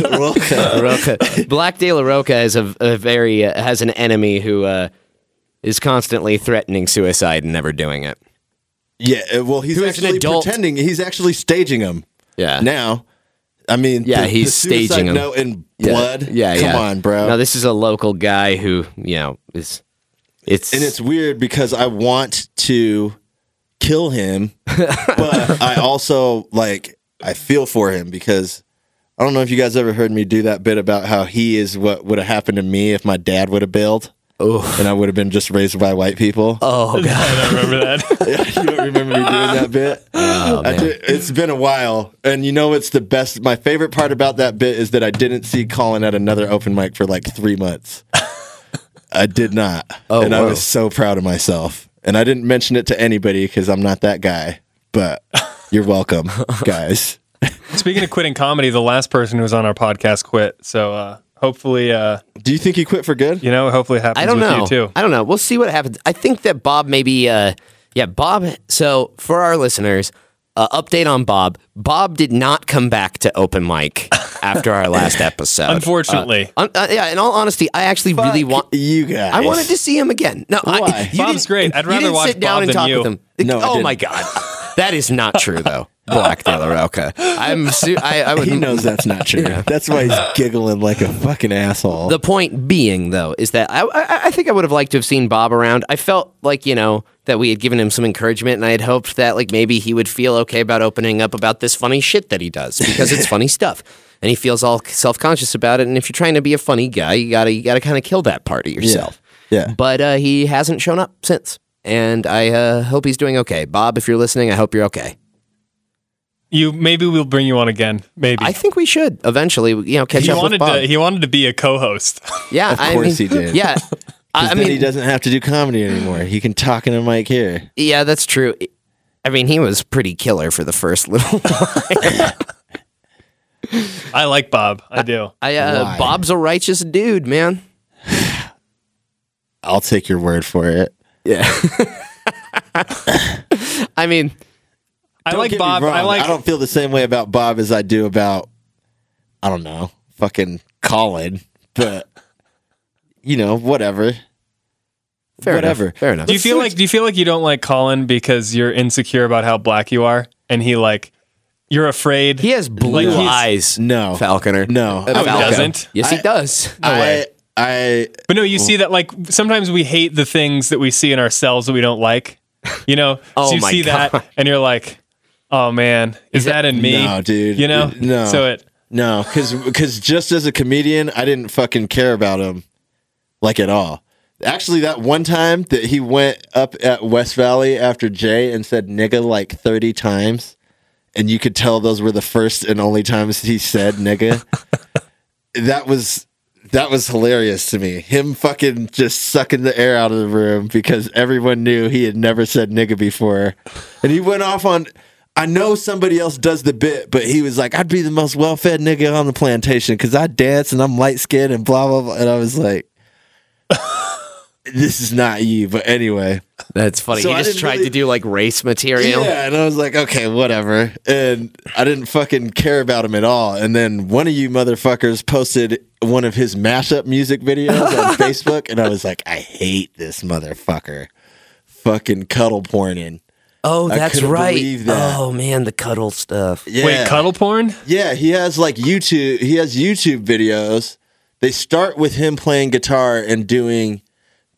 S3: Welcome.
S2: Roca. Black De La Roca has a, a very uh, has an enemy who uh, is constantly threatening suicide and never doing it.
S3: yeah. uh, Well, he's
S2: Who's an
S3: actually
S2: adult.
S3: pretending. He's actually staging him
S2: Yeah.
S3: now. I mean,
S2: Yeah,
S3: the-
S2: he's
S3: the suicide
S2: staging 'em.
S3: Note in
S2: Yeah.
S3: blood.
S2: Yeah.
S3: Come
S2: yeah.
S3: on, bro.
S2: No, this is a local guy who you know is. It's
S3: and it's weird because I want to kill him, but I also like I feel for him because I don't know if you guys ever heard me do that bit about how he is what would have happened to me if my dad would have bailed. And I would have been just raised by white people.
S2: oh god.
S1: I don't remember that.
S3: you don't remember me doing that bit?
S2: Oh,
S3: I did, it's been a while. And you know what's the best? My favorite part about that bit is that I didn't see Colin at another open mic for like three months. I did not.
S2: Oh,
S3: and I
S2: whoa.
S3: was so proud of myself. And I didn't mention it to anybody because I'm not that guy. But you're welcome, guys.
S1: Speaking of quitting comedy, the last person who was on our podcast quit. So uh, hopefully, uh,
S3: Do you think he quit for good?
S1: you know, hopefully it happens
S2: I don't
S1: with
S2: know.
S1: you too.
S2: I don't know. We'll see what happens. I think that Bob maybe. Uh, yeah, Bob. So for our listeners, uh, update on Bob. Bob did not come back to open mic after our last episode.
S1: Unfortunately.
S2: Un- uh, yeah, in all honesty, I actually really want.
S3: you guys.
S2: I wanted to see him again. No, I,
S3: Why?
S2: you
S1: Bob's
S2: didn't-
S1: great. I'd
S2: you
S1: rather
S2: didn't
S1: watch
S2: sit down
S1: Bob
S2: and
S1: than
S2: talk
S1: you.
S2: with him.
S3: No, I
S2: oh my
S3: didn't.
S2: god, that is not true though. Black De La Roca. I'm. Su- I, I would.
S3: He knows that's not true. That's why he's giggling like a fucking asshole.
S2: The point being, though, is that I, I, I think I would have liked to have seen Bob around. I felt like, you know, that we had given him some encouragement, and I had hoped that, like, maybe he would feel okay about opening up about this funny shit that he does because it's funny stuff. And he feels all self conscious about it. And if you're trying to be a funny guy, you gotta, you gotta kind of kill that part of yourself.
S3: Yeah.
S2: But uh, he hasn't shown up since. And I uh, hope he's doing okay. Bob, if you're listening, I hope you're okay.
S1: You maybe we'll bring you on again. Maybe
S2: I think we should eventually, you know, catch
S1: he
S2: up with
S1: wanted
S2: Bob.
S1: to. He wanted to be a co-host.
S2: yeah,
S3: Of
S2: I
S3: course
S2: mean-
S3: he did.
S2: Yeah, I, I
S3: then
S2: mean,
S3: he doesn't have to do comedy anymore. He can talk in a mic here.
S2: Yeah, that's true. I mean, he was pretty killer for the first little.
S1: I like Bob. I do.
S2: I, uh,
S3: Why?
S2: Bob's a righteous dude, man.
S3: I'll take your word for it.
S2: Yeah. I mean,
S1: I
S3: Don't
S1: like
S3: get me
S1: Bob. I
S3: wrong,
S1: like.
S3: I don't feel the same way about Bob as I do about I don't know, fucking Colin, but you know, whatever.
S2: fair
S3: whatever.
S2: enough. Fair enough.
S1: do you feel like? Do you feel like you don't like Colin because you're insecure about how black you are, and he like you're afraid?
S2: he has
S1: Like,
S2: blue
S1: he's-
S2: eyes.
S3: No.
S2: Falconer.
S3: No. I
S2: Uh,
S3: would
S2: Falcon.
S1: Oh, doesn't.
S2: Yes, he does. Ah,
S3: I I
S1: But no, you see that like sometimes we hate the things that we see in ourselves that we don't like. You know,
S2: Oh
S1: so you
S2: my
S1: see
S2: God.
S1: that and you're like, "Oh man, is that in me?"
S3: No, dude.
S1: You know?
S3: No.
S1: So it
S3: no, cuz cuz just as a comedian, I didn't fucking care about him like at all. Actually, that one time that he went up at West Valley after Jay and said nigga like 30 times, and you could tell those were the first and only times he said nigga. that was that was hilarious to me. Him fucking just sucking the air out of the room because everyone knew he had never said nigga before. And he went off on I know somebody else does the bit, but he was like, I'd be the most well fed nigga on the plantation because I dance and I'm light skinned and blah blah blah. And I was like, This is not you. But anyway.
S2: That's funny.
S3: So
S2: he
S3: I
S2: just
S3: didn't
S2: tried to
S3: really-
S2: do like race material.
S3: Yeah, and I was like, okay, whatever. And I didn't fucking care about him at all. And then one of you motherfuckers posted one of his mashup music videos on Facebook, and I was like, I hate this motherfucker. Fucking cuddle porning.
S2: Oh,
S3: I
S2: that's
S3: couldn't
S2: right.
S3: believe that.
S2: Oh man, the cuddle stuff.
S3: Yeah.
S1: wait, cuddle porn?
S3: Yeah, he has like YouTube. He has YouTube videos. They start with him playing guitar and doing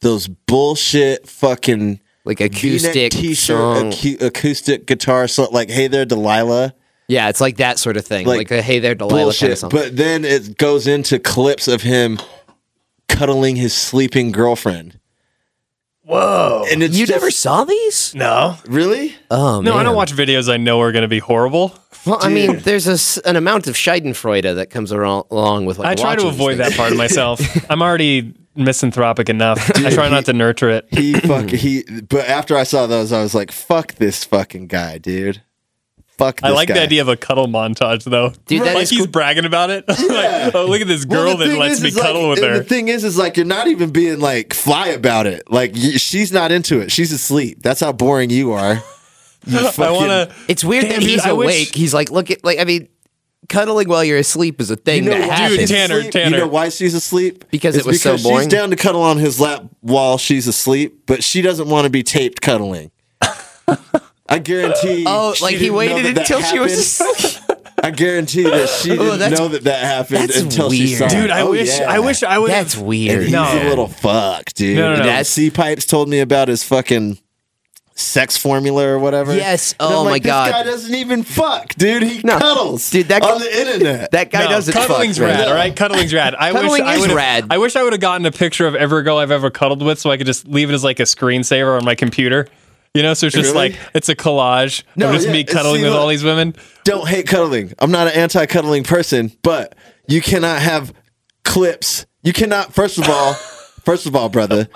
S3: those bullshit fucking
S2: Like
S3: V-neck
S2: acoustic song.
S3: t-shirt, acu- acoustic guitar, so like "Hey there, Delilah."
S2: yeah, it's like that sort of thing. Like,
S3: Like,
S2: the Hey There Delilah kind of
S3: bullshit.
S2: song.
S3: But then it goes into clips of him cuddling his sleeping girlfriend.
S1: Oh.
S3: Whoa! And it's
S2: you
S3: just-
S2: never saw these?
S1: No.
S3: really.
S2: Oh
S1: No, I
S2: man.
S1: don't watch videos I know are going to be horrible.
S2: Well, I mean, there's a s an amount of Schadenfreude that comes aro- along with like.
S1: I try to
S2: watching these
S1: avoid
S2: things.
S1: that part of myself. I'm already misanthropic enough. I try not to nurture it.
S3: He fuck he. But after I saw those, I was like, "Fuck this fucking guy, dude." Fuck. This
S1: I like
S3: guy.
S1: the idea of a cuddle montage, though.
S2: Dude, that
S1: like
S2: is
S1: he's
S2: cool.
S1: bragging about it. like, oh, look at this
S3: Well,
S1: girl
S3: the
S1: that
S3: thing
S1: lets
S3: is,
S1: me
S3: is, like,
S1: cuddle with
S3: and
S1: her.
S3: The thing is, is like you're not even being like fly about it. Like y- she's not into it. She's asleep. That's how boring you are. You
S1: I
S3: fucking-
S1: want to.
S2: It's weird
S1: Damn,
S2: that
S1: dude,
S2: he's
S1: I wish-
S2: awake. He's like, look at like I mean, cuddling while you're asleep is a thing
S3: You know
S2: that
S3: why
S1: Dude,
S2: happens.
S3: she's
S1: Tanner,
S3: asleep?
S1: Tanner.
S3: You know why she's asleep?
S2: Because it
S3: It's
S2: was so
S3: because
S2: boring?
S3: She's down to cuddle on his lap while she's asleep, but she doesn't want to be taped cuddling. I guarantee.
S2: Oh,
S3: she
S2: like he
S3: didn't know
S2: waited
S3: that that
S2: until she was
S3: happened. I guarantee that she didn't
S2: that's-
S3: know that that happened
S2: that's
S3: until she
S2: weird.
S3: saw. it.
S1: Dude, I
S3: Oh,
S1: wish.
S3: yeah.
S1: I wish I would.
S2: That's weird.
S3: He's
S1: No.
S3: a little fuck, dude.
S1: No, no, no.
S3: That
S2: That's-
S3: C pipes told me about his fucking sex formula or whatever.
S2: Yes.
S3: And I'm
S2: Oh,
S3: like,
S2: my
S3: this
S2: God.
S3: guy doesn't even fuck, dude. He
S2: No.
S3: cuddles,
S2: Dude, that
S3: on
S2: guy-
S3: the internet.
S2: That guy
S1: No,
S2: doesn't
S1: cuddling's
S2: fuck.
S1: rad,
S2: man.
S1: all right? Cuddling's rad. I
S2: Cuddling
S1: wish I
S2: is
S1: would've-
S2: rad.
S1: I wish I would have gotten a picture of every girl I've ever cuddled with so I could just leave it as like a screensaver on my computer. You know, so it's just
S3: Really?
S1: like it's a collage
S3: No,
S1: of just
S3: yeah,
S1: me
S3: it's-
S1: cuddling
S3: see,
S1: with
S3: look.
S1: all these women.
S3: don't hate cuddling. I'm not an anti cuddling person, but you cannot have clips. You cannot, first of all, first of all, brother,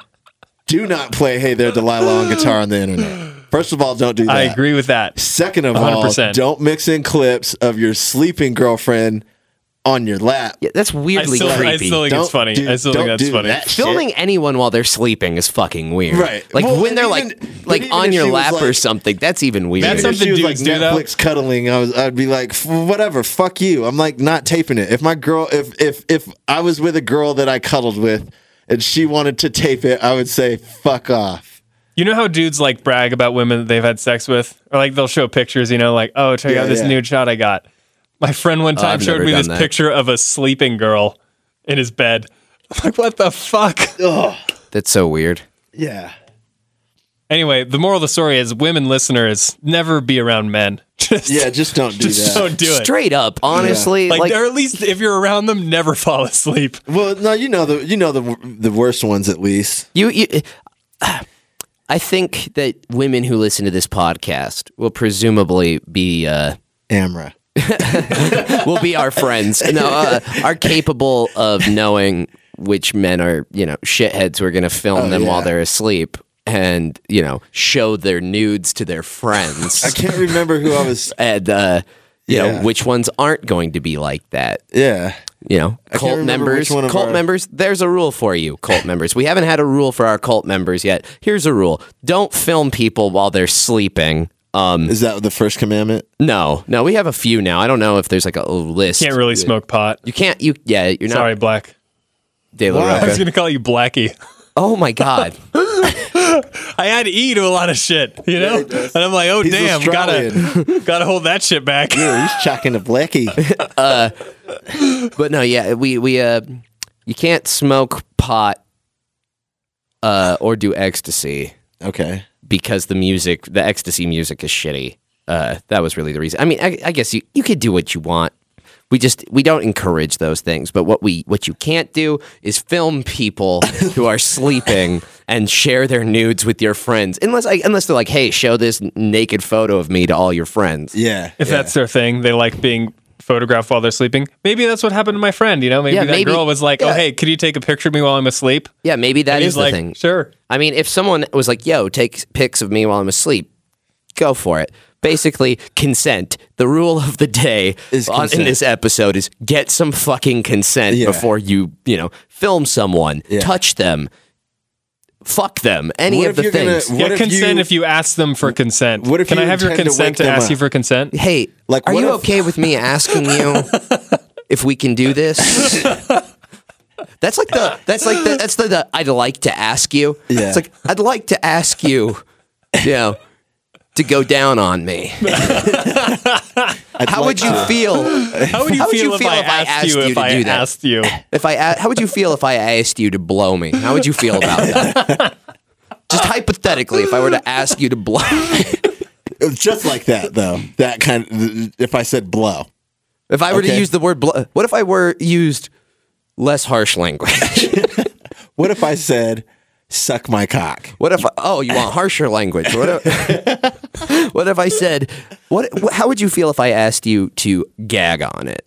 S3: do not play Hey There Delilah on guitar on the internet. First of all, don't do that.
S1: I agree with that.
S3: Second of all,
S1: 100%.
S3: don't mix in clips of your sleeping girlfriend on your lap.
S2: Yeah, that's
S1: I
S2: weirdly
S1: still, I
S2: creepy.
S1: still think
S3: Don't
S1: it's funny.
S3: do-
S1: I still
S3: don't
S1: think that's
S3: do
S1: funny.
S3: that shit.
S2: Filming anyone while they're sleeping is fucking weird.
S3: Right.
S2: Like
S3: Well,
S2: when
S3: and
S2: they're
S3: even-
S2: like like
S3: even
S2: on
S3: if
S2: your
S3: she was,
S2: lap or
S3: like-
S2: something, that's even weird.
S1: That's
S3: Even if
S1: something
S3: she was like
S1: dudes do, though.
S3: Netflix cuddling, I was I'd be like, "F- whatever, fuck you. I'm like not taping it. If my girl, if if if I was with a girl that I cuddled with, and she wanted to tape it, I would say, fuck off.
S1: You know how dudes like brag about women that they've had sex with, or like they'll show pictures. You know, like oh, check
S3: Yeah,
S1: out this
S3: yeah. Oh,
S1: nude shot I got. My friend one time
S2: I've
S1: showed
S2: never
S1: me
S2: done
S1: this
S2: that.
S1: picture of a sleeping girl in his bed. I'm like, what the fuck?
S2: That's so weird.
S3: Yeah.
S1: anyway, the moral of the story is, women listeners never be around men. Just,
S3: Yeah, just don't do
S1: just
S3: that.
S1: don't do it.
S2: Straight up, honestly,
S1: Like,
S2: like,
S1: or at least if you're around them, never fall asleep.
S3: Well, no, you know the you know the the worst ones at least.
S2: you, you. I think that women who listen to this podcast will presumably be uh,
S3: Amra.
S2: will be our friends. No, uh, are capable of knowing which men are you know shitheads who are going to film them while
S3: Oh, yeah.
S2: they're asleep and you know show their nudes to their
S3: I
S2: friends
S3: can't remember who I was.
S2: and uh, you
S3: Yeah.
S2: know which ones aren't going to be like that.
S3: Yeah.
S2: You know, cult
S3: remember
S2: members.
S3: which one of
S2: Cult
S3: our-
S2: members. There's a rule for you, cult members. We haven't had a rule for our cult members yet. Here's a rule: don't film people while they're sleeping. Um,
S3: Is that the first commandment?
S2: no, no, we have a few now. I don't know if there's like a list.
S1: Can't really smoke pot.
S2: you can't. You yeah. You're not.
S1: Sorry, Black.
S2: De La
S3: Why?
S1: I was
S2: Roca.
S1: gonna call you Blackie.
S2: Oh my God.
S1: I had E to a lot of shit, you know, and I'm like, oh
S3: He's
S1: damn, gotta
S3: Australian.
S1: gotta hold that shit back.
S3: He's chucking a blackie.
S2: but no, yeah, we we uh, you can't smoke pot, uh, or do ecstasy
S3: Okay.
S2: because the music, the ecstasy music, is shitty. Uh, that was really the reason. I mean, I, I guess you you could do what you want. We just we don't encourage those things. But what we what you can't do is film people who are sleeping and share their nudes with your friends, unless I, unless they're like, hey, show this naked photo of me to all your friends.
S3: Yeah.
S1: If
S3: yeah.
S1: that's their thing, they like being photographed while they're sleeping. Maybe that's what happened to my friend. You know, maybe
S2: Yeah,
S1: that
S2: maybe.
S1: girl was like, oh hey, could you take a picture of me while I'm asleep?
S2: Yeah, maybe that
S1: And
S2: is
S1: he's
S2: the
S1: like,
S2: thing.
S1: sure.
S2: I mean, if someone was like, yo, take pics of me while I'm asleep, go for it. Basically, consent. The rule of the day
S3: Is
S2: on, in
S3: consent.
S2: this episode is get some fucking consent
S3: Yeah.
S2: before you, you know, film someone, touch them, fuck them, any
S3: What
S2: of
S3: if
S2: the
S3: you're gonna-
S2: things.
S3: What
S1: Get
S3: if
S1: consent
S3: you-
S1: if you ask them for consent.
S3: What if
S1: Can I
S3: you
S1: have your
S3: intend to
S1: consent
S3: wake
S1: to,
S3: them
S1: ask
S3: up?
S1: you for consent?
S2: hey,
S3: Like,
S2: are
S3: what
S2: you
S3: if-
S2: okay with me asking you if we can do this? That's like the that's like the that's the, the I'd like to ask you.
S3: Yeah.
S2: It's like I'd like to ask you, you know, to go down on me.
S3: I'd
S2: How
S3: like
S2: would you
S3: to-
S2: feel
S1: How would you,
S2: How would
S1: feel,
S2: you
S1: if,
S2: feel
S1: I
S2: if I
S1: asked you
S2: asked you
S1: if
S2: to
S1: I
S2: do that?
S1: asked you?
S2: if I a- how would you feel if I asked you to blow me? How would you feel about that? Just hypothetically, if I were to ask you to blow
S3: Just like that though. That kind. Of, if I said blow.
S2: If I were to
S3: Okay.
S2: use the word blow, what if I were used less harsh language?
S3: What if I said suck my cock?
S2: What if? I, oh, you want harsher language? What if, what if I said? What? wh- How would you feel if I asked you to gag on it?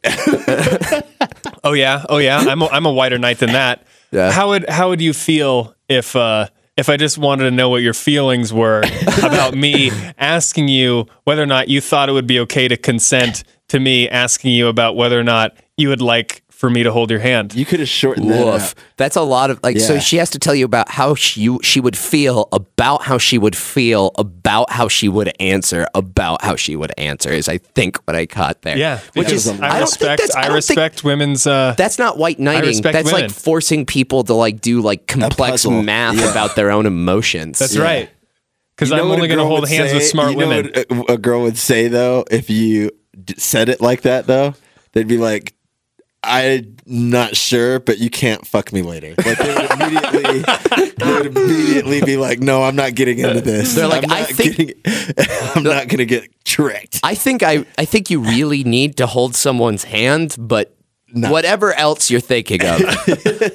S1: Oh yeah, oh yeah. I'm a, I'm a whiter knight than that.
S2: Yeah.
S1: How would how would you feel if uh, if I just wanted to know what your feelings were about me asking you whether or not you thought it would be okay to consent to me asking you about whether or not you would like for me to hold your hand?
S3: You could have shortened that.
S2: Woof.
S3: up.
S2: That's a lot of like. So
S3: Yeah.
S2: she has to tell you about how she you- she would feel about how she would feel about how she would answer about how she would answer is I think what I caught there.
S1: yeah,
S2: which
S1: because
S2: is
S3: was a-
S1: I
S2: don't think
S1: respect
S2: that's-
S1: I,
S2: don't think-
S1: respect women's uh,
S2: That's not white knighting.
S1: respect
S2: That's
S1: women.
S2: like forcing people to like do like complex
S3: puzzle.
S2: math
S3: Yeah.
S2: about their own emotions.
S1: that's right. Because
S3: You know
S1: I'm
S3: what
S1: only
S3: a
S1: going to
S3: girl
S1: hold
S3: would
S1: hands with
S3: say-
S1: smart
S3: you know
S1: women.
S3: what a, a girl would say though, if you d- said it like that though, they'd be like, "I'm not sure, but you can't fuck me later." Like they would immediately, they would immediately be like, "No, I'm not getting into this."
S2: They're like,
S3: I'm
S2: "I
S3: not
S2: think-
S3: getting, I'm not gonna get tricked."
S2: I think I, I think you really need to hold someone's hand, but whatever else you're thinking of,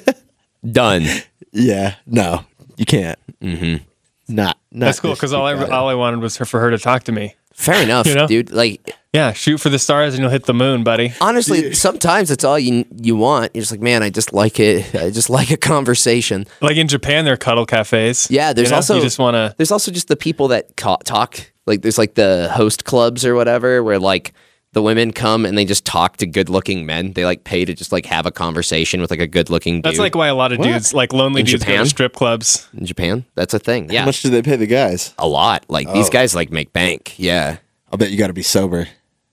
S2: done.
S3: Yeah, no, you can't. Mm-hmm. Not, not
S1: that's cool.
S3: this
S1: Because all I
S3: guy.
S1: all I wanted was her, for her to talk to me.
S2: Fair enough,
S1: You know?
S2: dude. Like
S1: Yeah, shoot for the stars and you'll hit the moon, buddy.
S2: honestly, sometimes that's all you you want. You're just like, man, I just like it. I just like a conversation.
S1: Like in Japan, there are cuddle cafes.
S2: Yeah, there's
S1: You know?
S2: also
S1: you just want to.
S2: There's also just the people that ca- talk. Like there's like the host clubs or whatever, where like the women come and they just talk to good-looking men. They like pay to just like have a conversation with like a good-looking dude.
S1: That's like why a lot of dudes, like lonely
S2: In
S1: dudes, go
S2: Japan?
S1: to strip clubs.
S2: in Japan. That's a thing. Yeah,
S3: How much Oh. do they pay the guys?
S2: a lot. Like these guys like make bank. Yeah.
S3: I'll bet you got to be sober.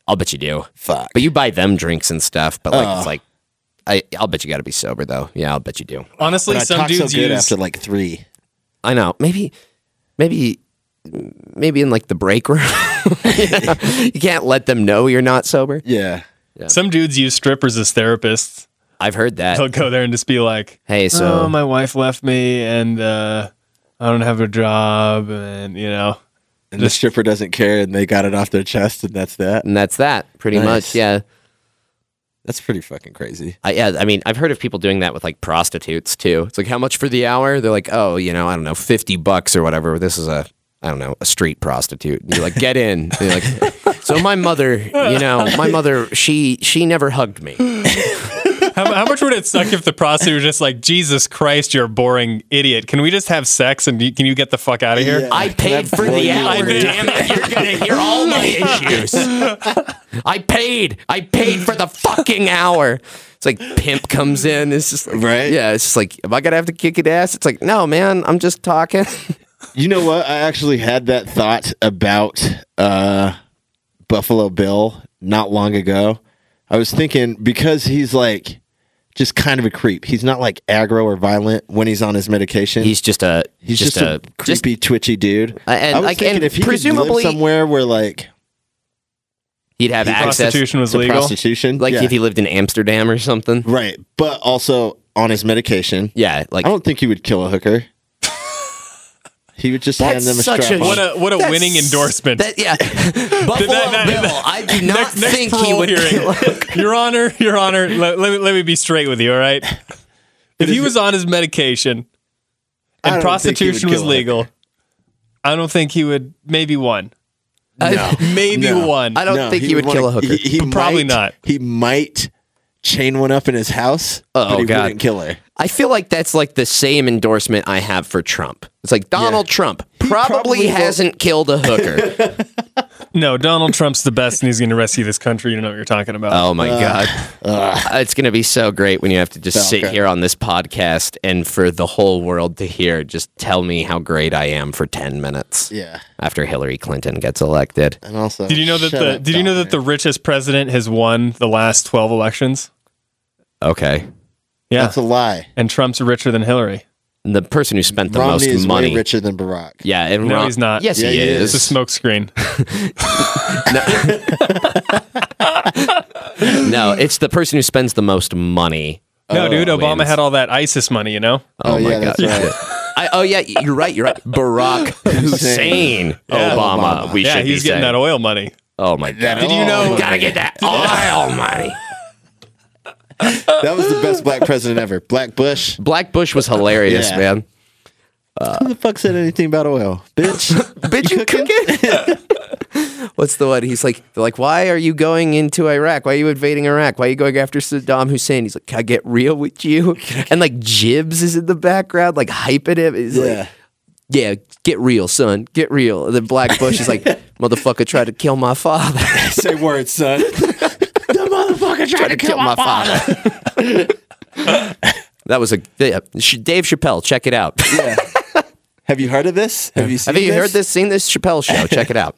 S2: I'll bet you do.
S3: Fuck.
S2: But you buy them drinks and stuff, but like it's like I I'll bet you got to be sober though. Yeah, I'll bet you do.
S1: Honestly,
S3: But I
S1: some
S3: talk
S1: dudes
S3: so good
S1: use
S3: after like three.
S2: I know. Maybe maybe maybe in like the break room. you, know? You can't let them know you're not sober.
S3: Yeah.
S1: Some dudes use strippers as therapists.
S2: I've heard
S1: They'll
S2: that.
S1: go there and just be like,
S2: Hey, so
S1: oh, my wife left me and uh, I don't have a job. And, you know,
S3: And the stripper doesn't care and they got it off their chest and that's that.
S2: and that's that pretty
S3: Nice.
S2: much. Yeah.
S3: That's pretty fucking crazy.
S2: I, yeah, I mean, I've heard of people doing that with like prostitutes too. It's like how much for the hour? They're like, oh, you know, I don't know, fifty bucks or whatever. This is a, I don't know, a street prostitute. And you're like, get in. And you're like, so my mother, you know, my mother, she she never hugged me.
S1: how, how much would it suck if the prostitute was just like, Jesus Christ, you're a boring idiot. Can we just have sex and you, can you get the fuck out of here?
S3: Yeah.
S2: I paid for
S3: blow
S2: the
S3: you
S2: hour.
S1: away?
S2: Damn it, you're gonna hear all my issues. I paid. I paid for the fucking hour. It's like pimp comes in. It's just like,
S3: Right?
S2: Yeah, it's just like, am I gonna have to kick it ass? It's like, no, man, I'm just talking.
S3: You know what? I actually had that thought about uh, Buffalo Bill not long ago. I was thinking because he's like just kind of a creep. He's not like aggro or violent when he's on his medication.
S2: He's just a
S3: He's just, a,
S2: just-
S3: creepy, twitchy dude.
S2: I- and,
S3: I was
S2: like,
S3: thinking
S2: and
S3: if he could live
S2: presumably-
S3: somewhere where like
S2: he'd have access
S1: Prostitution was
S3: to
S1: legal.
S3: prostitution,
S2: like
S3: yeah.
S2: if he lived in Amsterdam or something.
S3: right, but also on his medication.
S2: Yeah, like
S1: Oh,
S3: I don't think he would kill a hooker. he would just hand
S2: that's
S3: them a
S2: such
S3: strap.
S2: a
S3: on.
S1: What a- what a
S2: that's-
S1: winning endorsement.
S2: That, yeah, Buffalo
S1: that-
S2: Bill. I do not
S1: Next, next
S2: think he
S1: parole
S2: would.
S1: hearing.
S2: Kill
S1: Your Honor, Your Honor, let, let, me, let me be straight with you, all right? If he was on his medication
S3: I
S1: and
S3: don't think he would
S1: prostitution was
S3: kill a
S1: legal, I don't think he would, maybe one.
S2: I,
S1: Maybe
S3: No.
S1: one.
S2: I don't think he, would
S3: wanna-
S2: kill a hooker.
S3: He, he
S1: But probably
S3: might-
S1: not.
S3: He might chain one up in his house,
S2: Oh,
S3: but he
S2: God.
S3: wouldn't kill her.
S2: I feel like that's like the same endorsement I have for Trump. It's like Donald Trump probably,
S3: probably won't-
S2: hasn't killed a hooker.
S1: No, Donald Trump's the best, and he's going to rescue this country. You know what you're talking about.
S2: oh my god, uh, it's gonna be so great when you have to just sit
S3: Okay.
S2: here on this podcast and for the whole world to hear. Just tell me how great I am for ten minutes.
S3: Yeah,
S2: after Hillary Clinton gets elected.
S3: and also,
S1: Did you know that
S3: shut
S1: the
S3: up,
S1: Did you know that
S3: Dominic.
S1: the richest president has won the last twelve elections?
S2: Okay.
S1: Yeah,
S3: that's a lie?
S1: and Trump's richer than Hillary.
S2: The person who spent the
S3: Romney is
S2: most
S3: way
S2: money.
S3: richer than Barack.
S2: Yeah, and
S1: No,
S2: Rom-
S1: he's not.
S2: Yes,
S3: Yeah,
S2: he,
S3: he
S2: is.
S1: It's a smokescreen.
S2: No, it's the person who spends the most money.
S1: no, dude, Obama
S2: Oh, wins.
S1: had all that ISIS money. You know,
S2: Oh, my
S3: yeah,
S2: god.
S3: that's right.
S2: I, oh yeah, you're right. You're right. Barack Hussein Obama. We
S1: yeah,
S2: should
S1: he's
S2: be
S1: getting
S2: saying.
S1: that oil money.
S2: Oh my god.
S1: Did you know?
S2: Gotta get that oil money.
S3: that was the best black president ever. Black Bush.
S2: Black Bush was hilarious,
S3: Yeah.
S2: man.
S1: Uh,
S3: Who the fuck said anything about oil, bitch?
S2: Bitch, you cooking? What's the one? He's like, they're like, why are you going into Iraq? Why are you invading Iraq? Why are you going after Saddam Hussein? He's like, can I get real with you? And like, Jibs is in the background, like hyping him. He's
S3: yeah,
S2: like, yeah, get real, son, get real. And then Black Bush is like, motherfucker tried to kill my father.
S3: say words, son.
S2: motherfucker tried to kill my father. That was a yeah, Sh- Dave Chappelle. Check it out.
S3: Yeah. Have you heard of this? Have you seen?
S2: Have you heard this? Seen this Chappelle show? Check it out.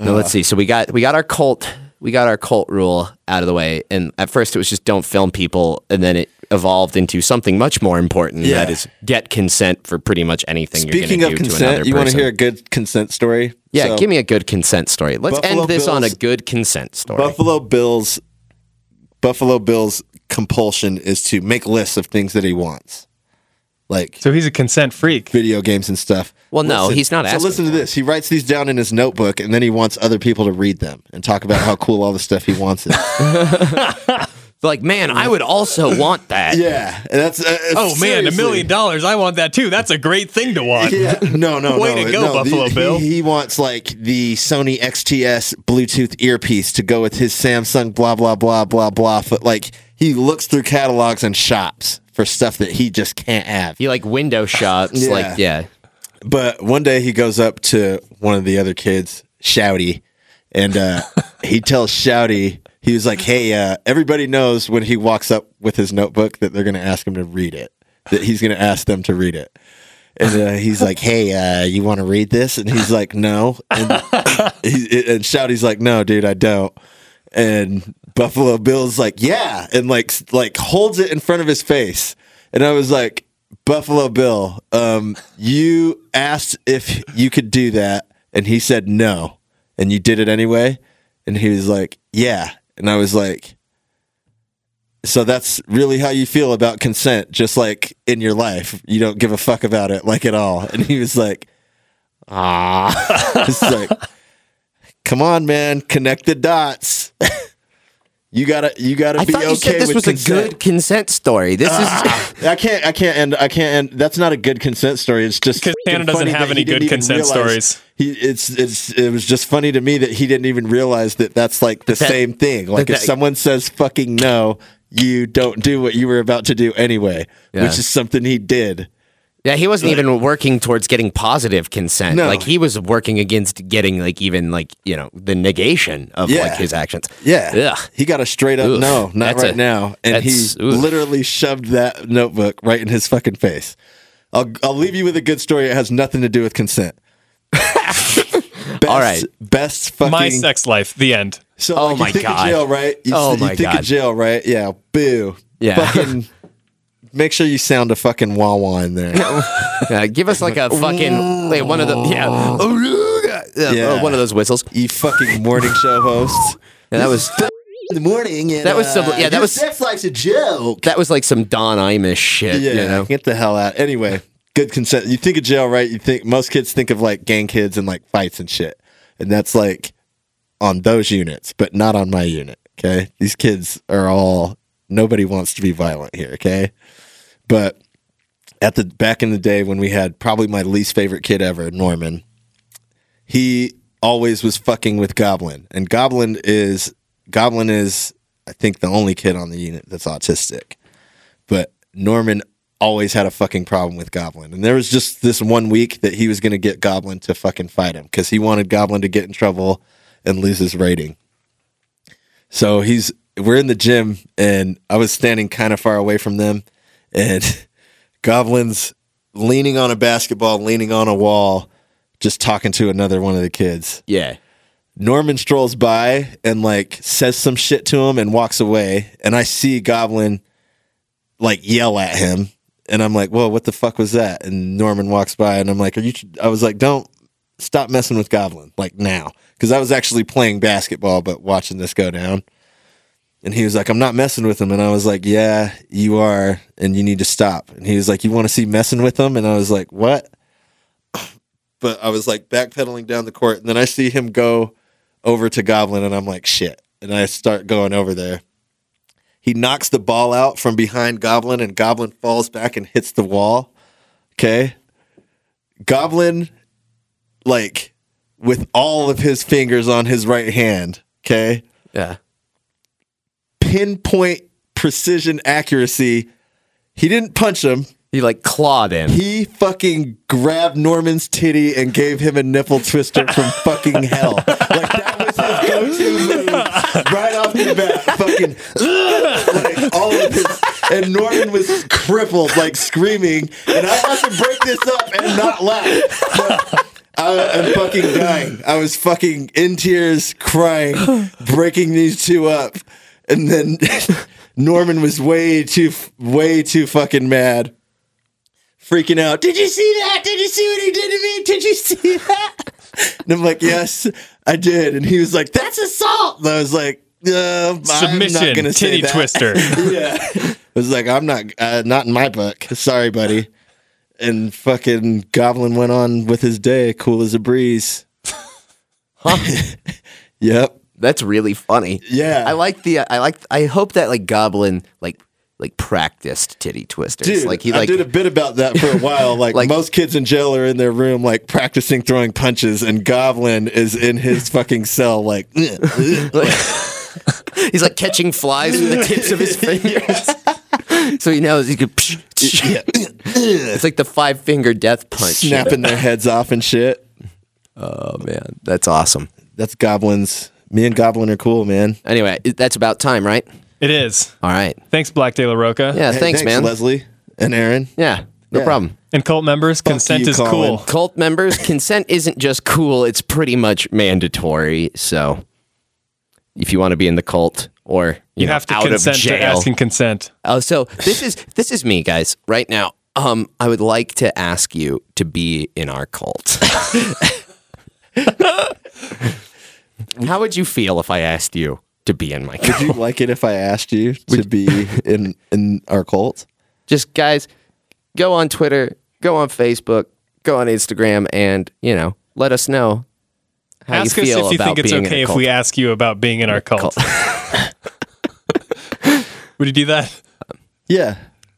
S2: Now, let's see. So we got we got our cult we got our cult rule out of the way, and at first it was just don't film people, and then it evolved into something much more important. and That
S3: Yeah.
S2: is get consent for pretty much anything.
S3: Speaking
S2: you're
S3: of
S2: gonna do to
S3: consent,
S2: another
S3: you want to
S2: person.
S3: hear a good consent story?
S2: Yeah,
S3: So-
S2: give me a good consent story. Let's
S3: Buffalo
S2: end this on a
S3: Bills-
S2: good consent story.
S3: Buffalo Bills Buffalo Bills compulsion is to make lists of things that he wants. Like
S1: So he's a consent freak.
S3: video games and stuff.
S2: Well, no, he's not
S3: So
S2: asking
S3: listen to this. He writes these down in his notebook and then he wants other people to read them and talk about how cool all the stuff he wants is.
S2: like, man, I would also want that.
S3: yeah. And that's uh,
S1: Oh man, a million dollars! I want that too. That's a great thing to want.
S3: yeah. No, no,
S1: Way
S3: no,
S1: to go,
S3: no.
S1: Buffalo
S3: he,
S1: Bill.
S3: He, he wants like the Sony XTS Bluetooth earpiece to go with his Samsung blah blah blah blah blah. But like he looks through catalogs and shops for stuff that he just can't have.
S2: You like window shots,
S3: Yeah.
S2: like yeah.
S3: But one day he goes up to one of the other kids, Shouty, and uh, he tells Shouty, he was like, "Hey, uh, everybody knows when he walks up with his notebook that they're going to ask him to read it, that he's going to ask them to read it." And uh, he's like, "Hey, uh, you want to read this?" And he's like, "No." And, he, and Shouty's like, "No, dude, I don't." And Buffalo Bill's like, "Yeah," and like s- like holds it in front of his face. And I was like, Buffalo Bill, um, you asked if you could do that, and he said no, and you did it anyway, and he was like, "Yeah," and I was like, "So that's really how you feel about consent, just like in your life, you don't give a fuck about it, like at all." And he was like, "Ah," it's like, "Come on, man, connect the dots." You gotta, you gotta
S2: I
S3: be
S2: thought
S3: okay
S2: you said this
S3: with
S2: was
S3: consent. Ah.
S2: a good consent story. This is
S3: I can't. I can't end. I can't end. That's not a good consent story. It's just
S1: 'Cause Canada
S3: freaking
S1: doesn't
S3: funny
S1: have
S3: that
S1: any
S3: he didn't
S1: good
S3: even
S1: consent
S3: realize-
S1: stories.
S3: He, it's it's it was just funny to me that he didn't even realize that that's like the
S2: That-
S3: same thing. Like
S2: that-
S3: if someone says fucking no, you don't do what you were about to do anyway,
S2: Yeah.
S3: which is something he did.
S2: yeah. He wasn't even working towards getting positive consent.
S3: No.
S2: Like he was working against getting like even like you know the negation of
S3: Yeah.
S2: like his actions.
S3: Yeah,
S2: Ugh.
S3: he got a straight up
S2: Oof.
S3: no, not
S2: That's
S3: right
S2: a-
S3: now, and he
S2: that's- oof.
S3: literally shoved that notebook right in his fucking face. I'll I'll leave you with a good story. It has nothing to do with consent. best,
S2: All right.
S3: best fucking
S1: My sex life. The end.
S3: So
S2: Oh
S3: like,
S2: my
S3: you think
S2: God.
S3: of jail, right? You,
S2: Oh
S3: you
S2: my
S3: think
S2: God.
S3: of jail, right? Yeah, boo.
S2: Yeah.
S3: Fucking make sure you sound a fucking wah wah in there.
S2: Uh, give us like a fucking like one of the yeah, Uh,
S3: Yeah.
S2: one of those whistles.
S3: you fucking morning show host.
S2: Yeah, that was
S3: In the morning. And,
S2: That was some- yeah, that
S3: your
S2: was-
S3: sex life's a joke.
S2: that was like some Don Imus shit.
S3: Yeah.
S2: You know?
S3: Get the hell out. Anyway, good consent. You think of jail, right? You think most kids think of like gang kids and like fights and shit, and that's like on those units, but not on my unit. Okay, these kids are all. Nobody wants to be violent here. Okay, but at the back in the day when we had probably my least favorite kid ever, Norman, he always was fucking with Goblin. And Goblin is Goblin is I think the only kid on the unit that's autistic. But Norman always had a fucking problem with Goblin. And there was just this one week that he was going to get Goblin to fucking fight him cuz he wanted Goblin to get in trouble and lose his rating. So he's we're in the gym and I was standing kind of far away from them and Goblin's leaning on a basketball, leaning on a wall, just talking to another one of the kids.
S2: Yeah.
S3: Norman strolls by and like says some shit to him and walks away. And I see Goblin like yell at him. And I'm like, whoa, what the fuck was that? And Norman walks by and I'm like, are you, I was like, don't stop messing with Goblin like now. Cause I was actually playing basketball, but watching this go down. And he was like, I'm not messing with him. And I was like, yeah, you are. And you need to stop. And he was like, you want to see messing with him? And I was like, what? But I was like backpedaling down the court. And then I see him go over to Goblin and I'm like, shit. And I start going over there. He knocks the ball out from behind Goblin and Goblin falls back and hits the wall. Okay. Goblin, like, with all of his fingers on his right hand, okay,
S2: Yeah.
S3: pinpoint precision accuracy. He didn't punch him.
S2: He like clawed him.
S3: He fucking grabbed Norman's titty and gave him a nipple twister from fucking hell. Like that was his go-to move right off the bat. Fucking like all of his and Norman was crippled, like screaming. And I had to break this up and not laugh. But I, I'm fucking dying. I was fucking in tears, crying, breaking these two up, and then Norman was way too, way too fucking mad freaking out. Did you see that? Did you see what he did to me? Did you see that? And I'm like, yes, I did. And he was like, that's assault. And I was like, uh, I'm not
S1: Submission.
S3: gonna say
S1: Titty
S3: that.
S1: twister.
S3: yeah. I was like, I'm not, uh, not in my book. Sorry, buddy. And fucking Goblin went on with his day, cool as a breeze. yep.
S2: That's really funny.
S3: Yeah.
S2: I like the I like I hope that like Goblin like like practiced titty twisters.
S3: Dude,
S2: like he
S3: I
S2: like
S3: did a bit about that for a while. Like,
S2: Like-
S3: most kids in jail are in their room, like practicing throwing punches, and Goblin is in his fucking cell, like, "Ugh, ugh."
S2: like- he's like catching flies with the tips of his fingers. so he knows he could It's like the five finger death punch.
S3: snapping their heads off and shit.
S2: Oh man, that's awesome.
S3: That's Goblins. Me and Goblin are cool, man.
S2: Anyway, it- that's about time, right?
S1: It is.
S2: All right.
S1: Thanks, Black De La Roca.
S2: Yeah,
S3: Hey,
S2: thanks, man.
S3: Leslie and Aaron.
S2: Yeah, no
S3: Yeah.
S2: problem.
S1: And cult members, consent
S3: you,
S1: is
S3: Colin.
S1: cool.
S2: Cult members, consent isn't just cool, it's pretty much mandatory. So if you want to be in the cult or you,
S1: You
S2: know,
S1: have to
S2: out of
S1: consent to
S2: jail.
S1: asking consent.
S2: oh, so this is this is me, guys, right now. Um, I would like to ask you to be in our cult. How would you feel if I asked you to be in my cult?
S3: Would you like it if I asked you to be in in our cult?
S2: just guys go on twitter go on facebook go on instagram and you know let us know how
S1: ask
S2: you
S1: us
S2: feel
S1: if you
S2: about
S1: think it's
S2: being in a
S1: okay if
S2: cult.
S1: we ask you about being in our cult. Would you do that?
S3: Yeah.